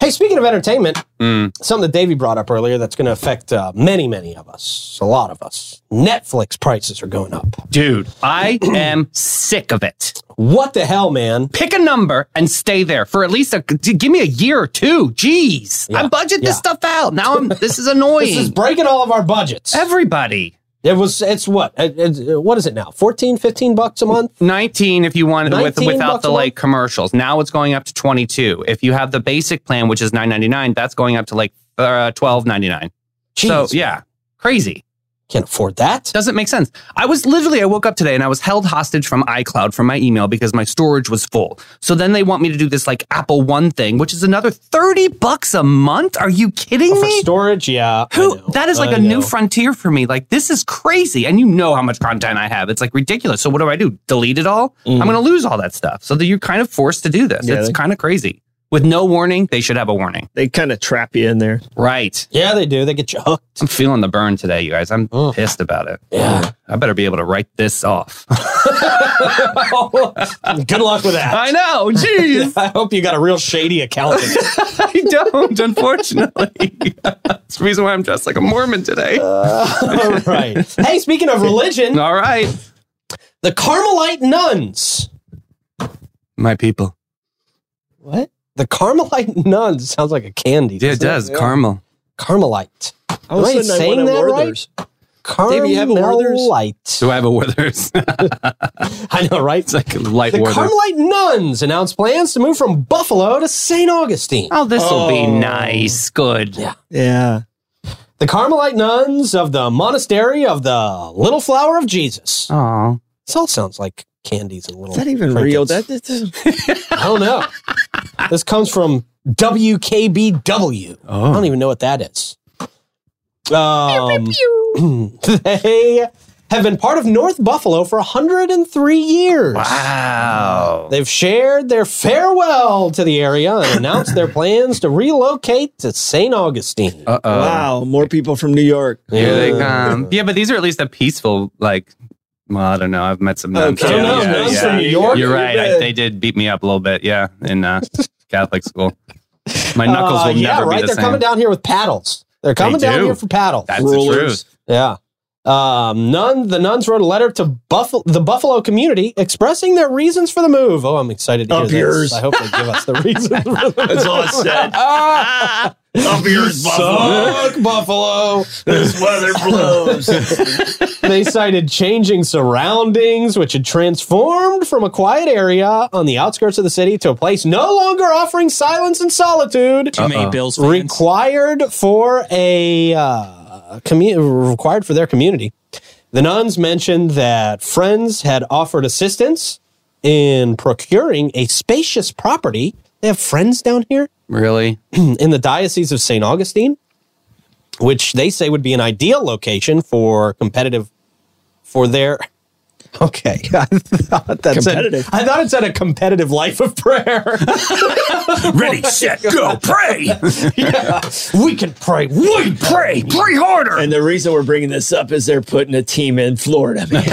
Speaker 1: Hey, speaking of entertainment,
Speaker 2: Mm.
Speaker 1: something that Davey brought up earlier that's going to affect uh, many, many of us, a lot of us. Netflix prices are going up.
Speaker 2: Dude, I am sick of it.
Speaker 1: What the hell, man?
Speaker 2: Pick a number and stay there for at least a give me a year or two. Jeez. I budget
Speaker 1: Yeah.
Speaker 2: this stuff out. Now I'm this is annoying.
Speaker 1: This is breaking all of our budgets.
Speaker 2: Everybody.
Speaker 1: It was. It's what? It, it's- what is it now? 14, 15 bucks a month.
Speaker 2: 19 if you want with
Speaker 1: 19
Speaker 2: without
Speaker 1: bucks
Speaker 2: the
Speaker 1: a month?
Speaker 2: like commercials. Now it's going up to 22. If you have the basic plan which is 9.99, that's going up to like uh, 12.99. So,
Speaker 1: Jeez,
Speaker 2: yeah. Crazy.
Speaker 1: can't afford that.
Speaker 2: doesn't make sense. I was literally, I woke up today and I was held hostage from iCloud from my email because my storage was full. So then they want me to do this like Apple One thing, which is another 30 bucks a month. Are you kidding
Speaker 1: Oh, For
Speaker 2: me?
Speaker 1: storage, yeah. I
Speaker 2: Who?
Speaker 1: know,
Speaker 2: That is like
Speaker 1: I
Speaker 2: a new
Speaker 1: know.
Speaker 2: frontier for me. Like, this is crazy. And you know how much content I have. It's like ridiculous. So, what do I do? Delete it all? I'm going to lose all that stuff. So, that you're kind of forced to do this.
Speaker 5: Yeah,
Speaker 2: it's
Speaker 5: they-
Speaker 2: kind of crazy. With no warning, they should have a warning.
Speaker 5: they kind of trap you in there
Speaker 2: Right.
Speaker 1: Yeah, they do. They get you hooked.
Speaker 2: I'm feeling the burn today, you guys. I'm pissed about it.
Speaker 1: Yeah.
Speaker 2: I better be able to write this off.
Speaker 1: Good luck with that.
Speaker 2: I know. Jeez,
Speaker 1: I hope you got a real shady accountant.
Speaker 2: I don't. Unfortunately, that's the reason why I'm dressed like a Mormon today.
Speaker 1: Uh. All right. Hey, speaking of religion,
Speaker 2: All right,
Speaker 1: the Carmelite nuns.
Speaker 2: my people.
Speaker 1: What? The Carmelite nuns sounds like a candy.
Speaker 2: Yeah, it
Speaker 1: doesn't
Speaker 2: does. Carmel.
Speaker 1: Carmelite. Am I saying that right?
Speaker 5: Dave, you have a Werther's?
Speaker 1: Carmelite.
Speaker 2: Do I have a Withers?
Speaker 1: I know, right?
Speaker 2: it's like a light
Speaker 1: The
Speaker 2: Withers.
Speaker 1: Carmelite nuns announced plans to move from Buffalo to St. Augustine.
Speaker 2: oh, this will be
Speaker 5: Oh.
Speaker 2: nice. Good.
Speaker 1: Yeah.
Speaker 5: Yeah.
Speaker 1: The Carmelite nuns of the monastery of the Little Flower of Jesus.
Speaker 2: Aw.
Speaker 1: This all sounds like candies and little.
Speaker 5: Oh. Is that even
Speaker 1: trinkets.
Speaker 5: real? That, that- that-
Speaker 1: I don't know. this comes from WKBW. I don't even know what that is. Um, they have been part of North Buffalo for 103 years.
Speaker 2: Wow.
Speaker 1: They've shared their farewell to the area and announced their plans to relocate to St. Augustine.
Speaker 2: Uh oh.
Speaker 5: wow, more people from New York.
Speaker 2: Here they come. Um, Yeah, but these are at least a peaceful, like, well, I don't know. I've met some nuns.
Speaker 5: Okay.
Speaker 2: too.
Speaker 1: I don't know.
Speaker 2: Yeah,
Speaker 1: Nuns
Speaker 2: yeah.
Speaker 1: from New York.
Speaker 2: You're right. I,
Speaker 1: You've
Speaker 2: they did beat me up a little bit. Yeah, in uh, Catholic school. My
Speaker 1: been-
Speaker 2: knuckles
Speaker 1: Uh,
Speaker 2: will
Speaker 1: yeah,
Speaker 2: never
Speaker 1: right.
Speaker 2: be the
Speaker 1: They're
Speaker 2: same.
Speaker 1: coming down here with paddles. They're coming down
Speaker 2: do.
Speaker 1: here for paddles.
Speaker 2: That's
Speaker 5: Rulers.
Speaker 2: the truth.
Speaker 1: Yeah. Um, nun, the nuns wrote a letter to Buffalo, the Buffalo community expressing their reasons for the move. Oh, I'm excited to hear
Speaker 5: Up
Speaker 1: this.
Speaker 5: yours.
Speaker 1: I hope they give us the reasons for the move.
Speaker 5: That's all it said. Up yours,
Speaker 1: Suck, Buffalo.
Speaker 5: This weather blows.
Speaker 1: They cited changing surroundings, which had transformed from a quiet area on the outskirts of the city to a place no longer offering silence and solitude.
Speaker 2: Oh.
Speaker 3: Too many Bills fans.
Speaker 1: required for a uh, commu- required for their community. The nuns mentioned that friends had offered assistance in procuring a spacious property. They have friends down here
Speaker 2: Really?
Speaker 1: in the diocese of St. Augustine, which they say would be an ideal location for competitive for their. Okay, I thought that
Speaker 5: Competitive.
Speaker 1: said I thought it said a competitive life of prayer.
Speaker 2: Ready, set, go, pray,
Speaker 1: we can pray. We
Speaker 2: pray, pray harder.
Speaker 5: and the reason we're bringing this up is they're putting a team in Florida. man.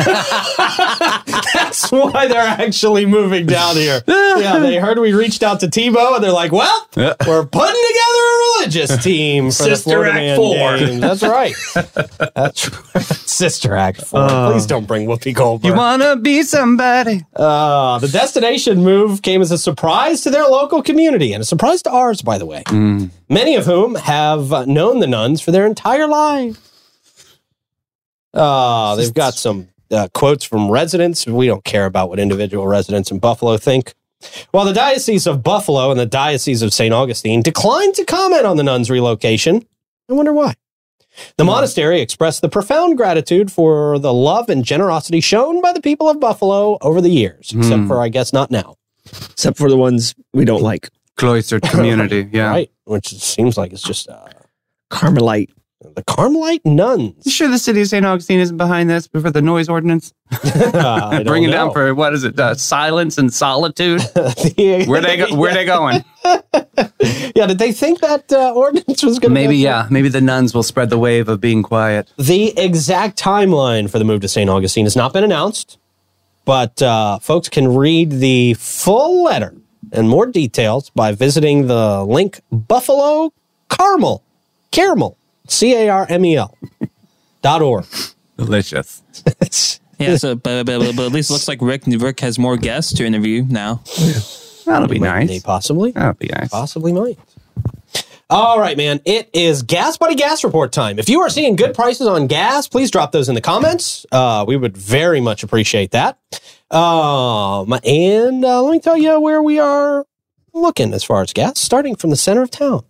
Speaker 1: That's why they're actually moving down here. yeah, they heard we reached out to Tebow, and they're like, "Well, we're putting together a religious team for the
Speaker 5: Sister
Speaker 1: Florida
Speaker 5: Act
Speaker 1: Man
Speaker 5: Four.
Speaker 1: game." That's right. That's right. Sister Act Four. Please don't bring Whoopi
Speaker 2: you
Speaker 1: Goldberg.
Speaker 2: wanna be somebody?
Speaker 1: Uh, the destination move came as a surprise to their local community and a surprise to ours, by the way.
Speaker 2: Mm.
Speaker 1: Many of whom have uh, known the nuns for their entire lives. Uh, they've got some uh, quotes from residents. We don't care about what individual residents in Buffalo think. While the Diocese of Buffalo and the Diocese of St. Augustine declined to comment on the nuns' relocation, I wonder why. The monastery expressed the profound gratitude for the love and generosity shown by the people of Buffalo over the years, except for, I guess, not now,
Speaker 5: Except for the ones we don't like.
Speaker 2: Cloistered community. Yeah.
Speaker 1: right? Which seems like it's just uh,
Speaker 5: Carmelite.
Speaker 1: the Carmelite
Speaker 2: You
Speaker 1: nuns.
Speaker 2: sure the city of St. Augustine isn't behind this for the noise ordinance?
Speaker 1: I don't
Speaker 2: Bring it down
Speaker 1: know.
Speaker 2: for what is it? Uh, silence and solitude.
Speaker 1: The-
Speaker 2: Where they go, where they going?
Speaker 1: yeah, did they think that uh, ordinance was going to
Speaker 2: Maybe yeah. Maybe the nuns will spread the wave of being quiet.
Speaker 1: The exact timeline for the move to St. Augustine has not been announced, but uh, folks can read the full letter and more details by visiting the link Buffalo Carmel, Carmel, C A R M E L dot org.
Speaker 2: Delicious.
Speaker 3: Yeah, so but, but, but, but at least it looks like Rick Rick has more guests to interview now.
Speaker 2: That'll be
Speaker 1: They
Speaker 2: nice.
Speaker 1: possibly,
Speaker 2: That'll be nice.
Speaker 1: possibly might. All right, man. It is Gas Buddy Gas Report time. If you are seeing good prices on gas, please drop those in the comments. Uh, we would very much appreciate that. Um, and uh, let me tell you where we are looking as far as gas, starting from the center of town.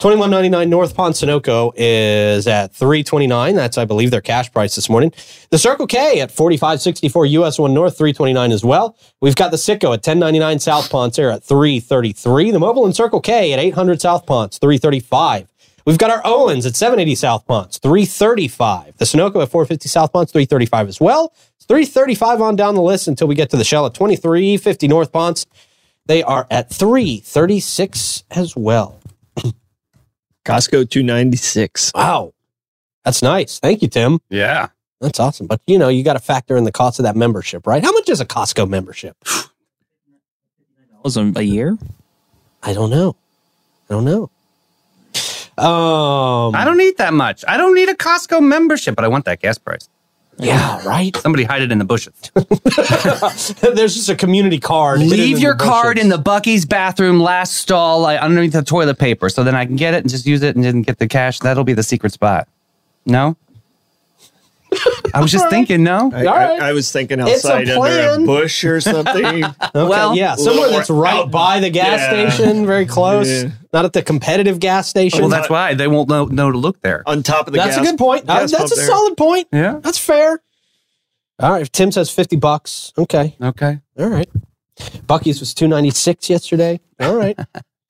Speaker 1: 2199 North Ponsonoco is at 329. That's, I believe, their cash price this morning. The Circle K at 4564 US 1 North, 329 as well. We've got the Sitco at 1099 South Ponce Air at 333. The Mobile and Circle K at 800 South Ponce, 335. We've got our Owens at 780 South Ponce, 335. The Sunoco at 450 South Ponce, 335 as well. It's 335 on down the list until we get to the Shell at 2350 North Ponce. They are at 336 as well.
Speaker 5: Costco 296.
Speaker 1: Wow. That's nice. Thank you, Tim.
Speaker 2: Yeah.
Speaker 1: That's awesome. But you know, you got to factor in the cost of that membership, right? How much is a Costco membership?
Speaker 3: Was a, a year?
Speaker 1: I don't know. I don't know. Um,
Speaker 2: I don't need that much. I don't need a Costco membership, but I want that gas price.
Speaker 1: Yeah, right.
Speaker 2: Somebody hide it in the bushes.
Speaker 1: There's just a community card. hidden
Speaker 2: Leave
Speaker 1: in
Speaker 2: your
Speaker 1: bushes.
Speaker 2: card in the Bucky's bathroom last stall like, underneath the toilet paper so then I can get it and just use it and then get the cash. That'll be the secret spot. No? I was just thinking, no.
Speaker 5: I,
Speaker 1: All right.
Speaker 5: I, I was thinking
Speaker 1: It's a
Speaker 5: outside under
Speaker 1: plan.
Speaker 5: a bush or something.
Speaker 1: Okay,
Speaker 2: Well-
Speaker 1: yeah, somewhere that's right by the gas
Speaker 5: Yeah.
Speaker 1: station, very close.
Speaker 5: Yeah.
Speaker 1: Not at the competitive gas station.
Speaker 2: Well, that's why they won't know, know to look there.
Speaker 5: on top of the
Speaker 1: That's
Speaker 5: gas-
Speaker 1: a good point. Uh,
Speaker 5: gas
Speaker 1: that's
Speaker 5: pump
Speaker 1: a
Speaker 5: there.
Speaker 1: solid point.
Speaker 2: Yeah.
Speaker 1: That's fair. All right. If Tim says fifty bucks, okay.
Speaker 2: Okay.
Speaker 1: All right. Bucky's was two ninety six yesterday. All right.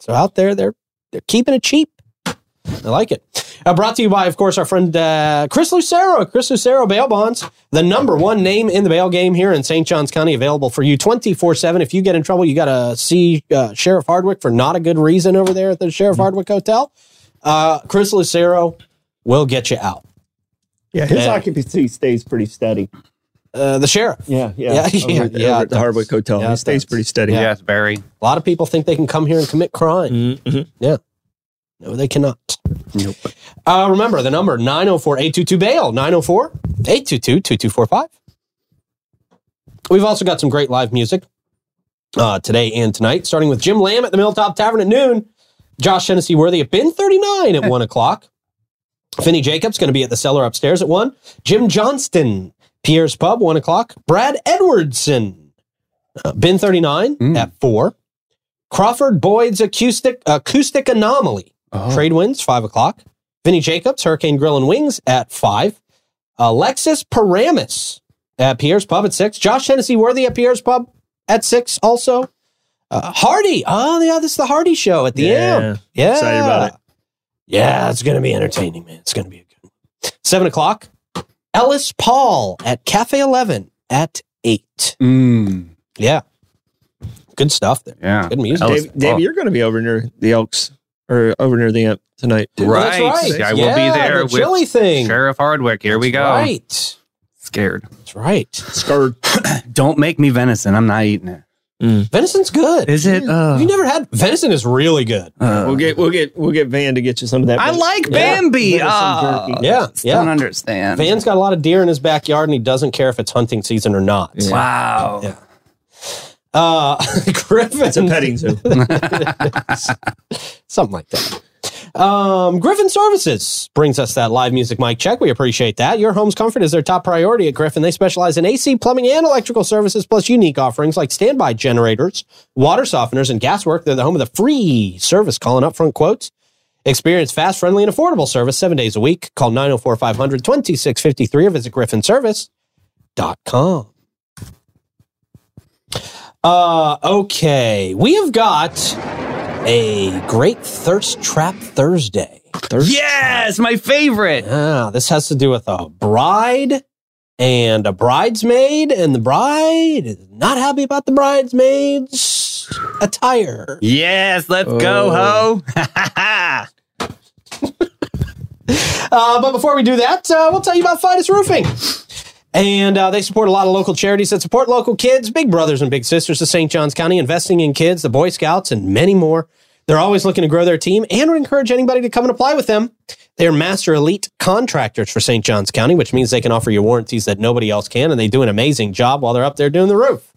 Speaker 1: so out there, they're they're keeping it cheap. I like it. Uh, brought to you by, of course, our friend uh, Chris Lucero. Chris Lucero Bail Bonds, the number one name in the bail game here in St. Johns County, available for you twenty four seven. If you get in trouble, you got to see uh, Sheriff Hardwick for not a good reason over there at the Sheriff Hardwick Hotel. Uh, Chris Lucero will get you out.
Speaker 5: Yeah, his
Speaker 1: Yeah.
Speaker 5: occupancy stays pretty steady.
Speaker 1: Uh, the sheriff.
Speaker 5: Yeah,
Speaker 1: Yeah,
Speaker 5: yeah,
Speaker 1: yeah,
Speaker 5: over,
Speaker 1: yeah,
Speaker 5: over
Speaker 1: it
Speaker 5: at the Hardwick Hotel,
Speaker 1: Yeah,
Speaker 5: he
Speaker 1: it
Speaker 5: stays
Speaker 1: does.
Speaker 5: pretty steady.
Speaker 1: Yeah.
Speaker 2: Yes, Barry.
Speaker 1: A lot of people think they can come here and commit crime. Mm-hmm. No, they cannot.
Speaker 2: Nope.
Speaker 1: Uh, remember the number 904 822 bail 904 822 2245. We've also got some great live music uh, today and tonight, starting with Jim Lamb at the Milltop Tavern at noon, Josh Hennessy Worthy at Bin 39 at 1 o'clock, Finney Jacobs going to be at the cellar upstairs at 1, Jim Johnston, Pierre's Pub, 1 o'clock, Brad Edwardson, uh, Bin 39
Speaker 2: Mm.
Speaker 1: at 4, Crawford Boyd's Acoustic, acoustic Anomaly.
Speaker 2: Oh.
Speaker 5: Oh.
Speaker 1: Trade Winds, 5 o'clock. Vinny Jacobs, Hurricane Grill and Wings at 5. Alexis Paramus at Pierre's Pub at 6. Josh Hennessy Worthy at Pierre's Pub at 6 also. Uh, Hardy. Oh, yeah, this is the Hardy show at the
Speaker 5: Yeah.
Speaker 1: AM. Yeah.
Speaker 5: Excited about it.
Speaker 1: Yeah, it's going to be entertaining, man. It's going to be a good one. 7 o'clock. Ellis Paul at Cafe 11 at 8.
Speaker 2: Mm,
Speaker 1: Yeah. Good stuff there.
Speaker 2: yeah.
Speaker 1: Good music.
Speaker 2: Ellis-
Speaker 5: Dave, Dave,
Speaker 2: Oh.
Speaker 5: you're going to be over near the Elks or over near the amp tonight. dude.
Speaker 1: Well, that's
Speaker 2: Right. I will be
Speaker 1: Yeah,
Speaker 2: there
Speaker 1: The
Speaker 2: with
Speaker 1: chili thing.
Speaker 2: Sheriff Hardwick. Here we go.
Speaker 1: Right.
Speaker 2: Scared.
Speaker 1: That's right.
Speaker 5: Scarred.
Speaker 2: Don't make me venison. I'm not eating it.
Speaker 1: Venison's good.
Speaker 2: Is it? Uh,
Speaker 1: Have you never had venison? Is really good.
Speaker 2: uh,
Speaker 5: We'll get we'll get we'll get Van to get you some of that.
Speaker 2: I
Speaker 5: venison-
Speaker 2: like
Speaker 5: yeah,
Speaker 2: Bambi.
Speaker 5: venison
Speaker 2: Ah.
Speaker 5: jerky.
Speaker 1: Yeah,
Speaker 2: Don't
Speaker 1: yeah.
Speaker 2: understand.
Speaker 1: Van's got a lot of deer in his backyard, and he doesn't care if it's hunting season or not.
Speaker 2: Wow.
Speaker 1: Yeah. Uh, Griffin,
Speaker 5: It's a petting zoo.
Speaker 1: something like that. Um, Griffin Services brings us that live music mic check. We appreciate that. Your home's comfort is their top priority at Griffin. They specialize in AC, plumbing, and electrical services, plus unique offerings like standby generators, water softeners, and gas work. They're the home of the free service call and upfront quotes. Experience fast, friendly, and affordable service seven days a week. Call 904 500 2653 or visit griffinservice.com. Uh, okay. We have got a great Thirst Trap Thursday. Thirst
Speaker 2: Yes, my favorite.
Speaker 1: Ah, this has to do with a bride and a bridesmaid, and the bride is not happy about the bridesmaid's attire.
Speaker 2: Yes, let's go,
Speaker 1: Oh.
Speaker 2: ho.
Speaker 1: Uh, but before we do that, uh, we'll tell you about Fidus Roofing. And uh, they support a lot of local charities that support local kids, big brothers and big sisters of St. John's County, investing in kids, the Boy Scouts, and many more. They're always looking to grow their team and would encourage anybody to come and apply with them. They're master elite contractors for St. John's County, which means they can offer you warranties that nobody else can, and they do an amazing job while they're up there doing the roof.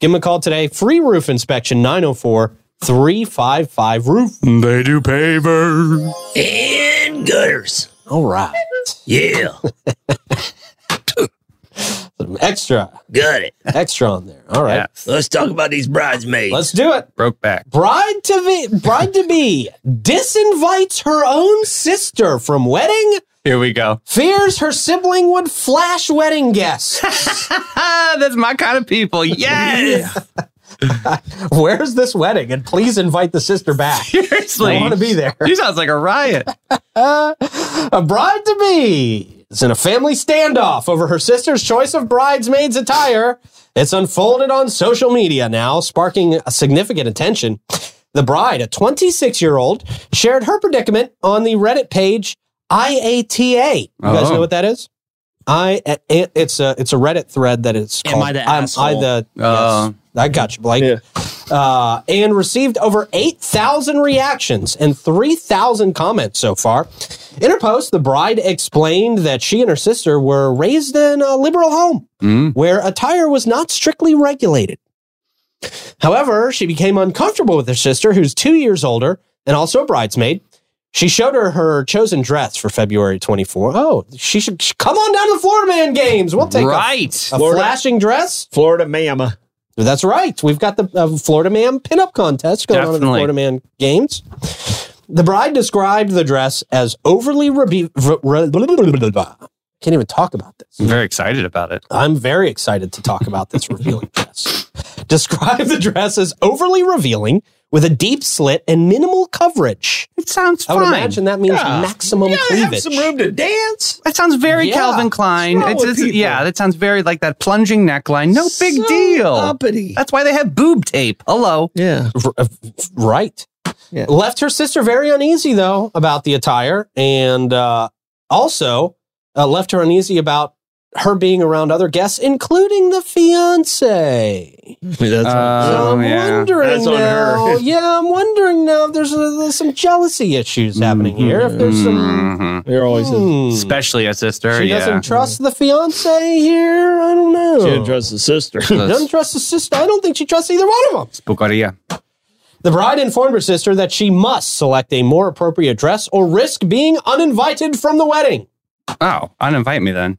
Speaker 1: Give them a call today. Free roof inspection 904 355 roof.
Speaker 2: they do paver.
Speaker 1: All right. Yeah. Some extra. Got it. Extra on there. All right.
Speaker 4: Let's talk about these bridesmaids.
Speaker 1: Let's do it.
Speaker 2: Broke back.
Speaker 1: Bride to be bride to be disinvites her own sister from wedding,
Speaker 2: Here we go.
Speaker 1: fears her sibling would flash wedding guests.
Speaker 2: Ah, that's my kind of people. Yes.
Speaker 1: Where's this wedding? And please invite the sister back.
Speaker 2: Seriously.
Speaker 1: I want to be there.
Speaker 2: She sounds like a riot.
Speaker 1: A bride to be is in a family standoff over her sister's choice of bridesmaid's attire. It's unfolded on social media now, sparking a significant attention. The bride, a 26 year old, shared her predicament on the Reddit page IATA. You guys
Speaker 2: Oh.
Speaker 1: know what that is? I it- it's a it's a Reddit thread that is
Speaker 3: Am
Speaker 1: called
Speaker 3: I the
Speaker 1: I'm I
Speaker 3: asshole?
Speaker 1: the
Speaker 2: Oh.
Speaker 1: Uh, yes. I got you, Blake
Speaker 5: Yeah.
Speaker 1: uh, and received over 8,000 reactions and 3,000 comments so far. In her post, the bride explained that she and her sister were raised in a liberal home
Speaker 2: Mm.
Speaker 1: where attire was not strictly regulated. However, she became uncomfortable with her sister, who's two years older and also a bridesmaid, She showed her her chosen dress for February 24. Oh, she should sh- come on down to the Florida Man games. We'll take a-
Speaker 2: right.
Speaker 1: a,
Speaker 5: Florida.
Speaker 1: flashing dress.
Speaker 5: Florida mama.
Speaker 1: That's right. We've got the uh, Florida Man pinup contest going on at the
Speaker 2: Definitely.
Speaker 1: Florida Man games. The bride described the dress as overly rebu- re- re- blah, blah, blah, blah, blah, blah. Can't even talk about this.
Speaker 2: I'm very excited about it.
Speaker 1: I'm very excited to talk about this revealing dress. Describe the dress as overly revealing with a deep slit and minimal coverage.
Speaker 2: It sounds
Speaker 1: I would
Speaker 2: fine.
Speaker 1: imagine that means
Speaker 5: Yeah.
Speaker 1: maximum
Speaker 5: have
Speaker 1: cleavage.
Speaker 5: some room to dance.
Speaker 2: That sounds very
Speaker 1: Yeah.
Speaker 2: Calvin Klein.
Speaker 5: What's wrong
Speaker 2: It's,
Speaker 5: with
Speaker 2: it's-
Speaker 5: people?
Speaker 2: yeah, that sounds very like that plunging neckline. No big deal.
Speaker 5: Uppity.
Speaker 2: That's why they have boob tape. Hello.
Speaker 5: Yeah.
Speaker 1: R- uh, right.
Speaker 5: Yeah.
Speaker 1: Left her sister very uneasy though about the attire, and uh, also uh, left her uneasy about her being around other guests, including the fiance. So
Speaker 5: That's
Speaker 1: I'm wondering
Speaker 5: Oh, That's on her.
Speaker 1: now. yeah, I'm wondering now. If there's, uh there's some jealousy issues happening here. If there's some,
Speaker 2: Mhm.
Speaker 5: They're always in.
Speaker 1: Hmm.
Speaker 2: Especially a sister.
Speaker 1: she
Speaker 2: yeah.
Speaker 1: doesn't trust the fiance here. I don't know.
Speaker 5: She didn't trust the sister.
Speaker 1: Doesn't trust the sister. I don't think she trusts either one of them.
Speaker 2: Bucaria.
Speaker 1: The bride informed her sister that she must select a more appropriate dress or risk being uninvited from the wedding.
Speaker 2: Oh, uninvite me then.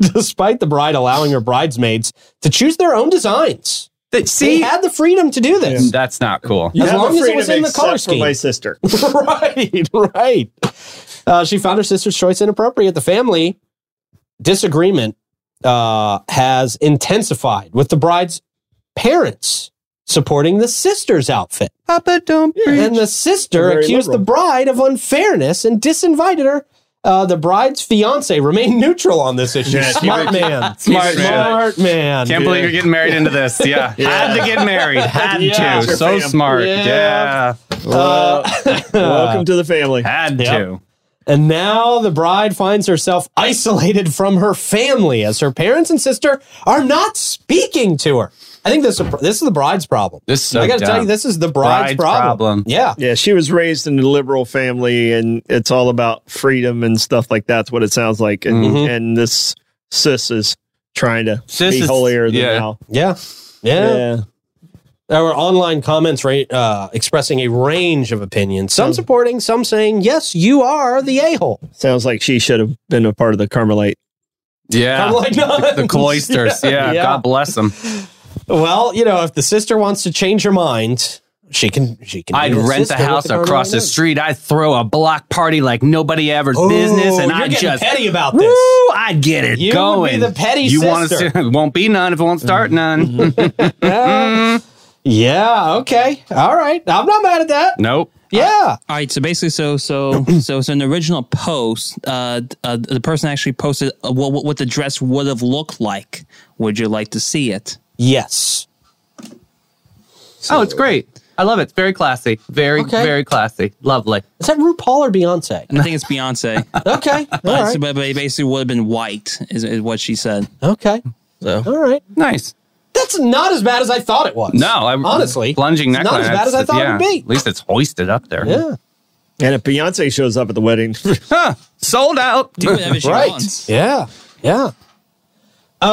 Speaker 1: Despite the bride allowing her bridesmaids to choose their own designs,
Speaker 2: That-
Speaker 1: they
Speaker 2: see,
Speaker 1: had the freedom to do this.
Speaker 2: Mm, that's not cool.
Speaker 5: You
Speaker 1: As
Speaker 5: have
Speaker 1: long
Speaker 5: the
Speaker 1: as it
Speaker 5: freedom
Speaker 1: was in the
Speaker 5: except
Speaker 1: color
Speaker 5: for
Speaker 1: scheme.
Speaker 5: my sister.
Speaker 1: right, right. Uh, she found her sister's choice inappropriate. The family disagreement uh, has intensified with the bride's parents supporting the sister's outfit.
Speaker 2: Papa don't
Speaker 1: And the sister
Speaker 5: Very
Speaker 1: accused
Speaker 5: liberal.
Speaker 1: the bride of unfairness and disinvited her. Uh, the bride's fiance remained neutral on this issue.
Speaker 5: Yeah, she
Speaker 1: smart
Speaker 5: was-
Speaker 1: man.
Speaker 2: Smart man.
Speaker 1: Smart man.
Speaker 2: Can't believe you're getting married into this. Yeah. Had to get married. Had
Speaker 1: Yeah.
Speaker 2: to. So
Speaker 5: Yeah.
Speaker 2: smart.
Speaker 1: Yeah.
Speaker 2: Yeah.
Speaker 1: Uh,
Speaker 5: Welcome to the family.
Speaker 2: Had
Speaker 1: Yep.
Speaker 2: to.
Speaker 1: and now the bride finds herself isolated from her family as her parents and sister are not speaking to her. I think this is, this is the bride's problem.
Speaker 2: This is so
Speaker 1: I got to tell
Speaker 2: dumb.
Speaker 1: you, this is the bride's,
Speaker 2: Bride's problem.
Speaker 1: Yeah.
Speaker 5: Yeah, she was raised in a liberal family, and it's all about freedom and stuff like that's what it sounds like. And
Speaker 1: Mhm.
Speaker 5: and this sis is trying to
Speaker 2: Mm-hmm. Sis
Speaker 5: be
Speaker 2: is-
Speaker 5: holier than
Speaker 2: yeah.
Speaker 5: thou.
Speaker 1: Yeah. Yeah. There were online comments ra- uh, expressing a range of opinions,
Speaker 5: Hmm.
Speaker 1: some supporting, some saying, yes, you are the a hole.
Speaker 5: sounds like she should have been a part of the Carmelite.
Speaker 2: Yeah. The cloisters. Yeah.
Speaker 1: Yeah.
Speaker 2: God bless them.
Speaker 1: Well, you know, if the sister wants to change her mind, she can. She can.
Speaker 2: I'd
Speaker 1: be
Speaker 2: rent
Speaker 1: sister
Speaker 2: the
Speaker 1: with
Speaker 2: house
Speaker 1: Carmelite
Speaker 2: across the
Speaker 1: nun.
Speaker 2: street. I'd throw a block party like nobody ever's
Speaker 1: Ooh,
Speaker 2: business, and
Speaker 1: Oh, you're
Speaker 2: I'd
Speaker 1: getting
Speaker 2: just
Speaker 1: petty about
Speaker 2: woo,
Speaker 1: this.
Speaker 2: I'd get it
Speaker 1: You would be
Speaker 2: going.
Speaker 1: the petty
Speaker 2: you
Speaker 1: sister. Mm-hmm.
Speaker 2: want to? It won't be none if it won't start none.
Speaker 1: Yeah. yeah. Okay. All right. I'm not mad at that.
Speaker 2: nope.
Speaker 1: Yeah.
Speaker 3: All right, so basically, so so so so in the original post, uh, uh, the person actually posted uh, what what- what the dress would have looked like. Would you like to see it?
Speaker 1: Yes.
Speaker 2: oh, it's great. I love it. It's very classy. Very,
Speaker 1: Okay.
Speaker 2: very classy. Lovely.
Speaker 1: Is that RuPaul or Beyonce?
Speaker 3: I think it's Beyonce,
Speaker 1: Okay. All
Speaker 3: but,
Speaker 1: right.
Speaker 3: but it basically would have been white, is, is what she said.
Speaker 1: Okay. All right.
Speaker 2: Nice.
Speaker 1: That's not as bad as I thought it was.
Speaker 2: No, I,
Speaker 1: honestly,
Speaker 2: plunging
Speaker 1: it's
Speaker 2: neckline.
Speaker 1: not as bad as I
Speaker 2: that's-
Speaker 1: thought
Speaker 2: yeah,
Speaker 1: it would
Speaker 2: At
Speaker 1: be.
Speaker 2: least it's hoisted up there.
Speaker 1: Yeah.
Speaker 5: And if Beyonce shows up at the wedding,
Speaker 2: Huh. Sold out.
Speaker 3: Do whatever she
Speaker 1: right.
Speaker 3: wants.
Speaker 1: Yeah. Yeah. Um.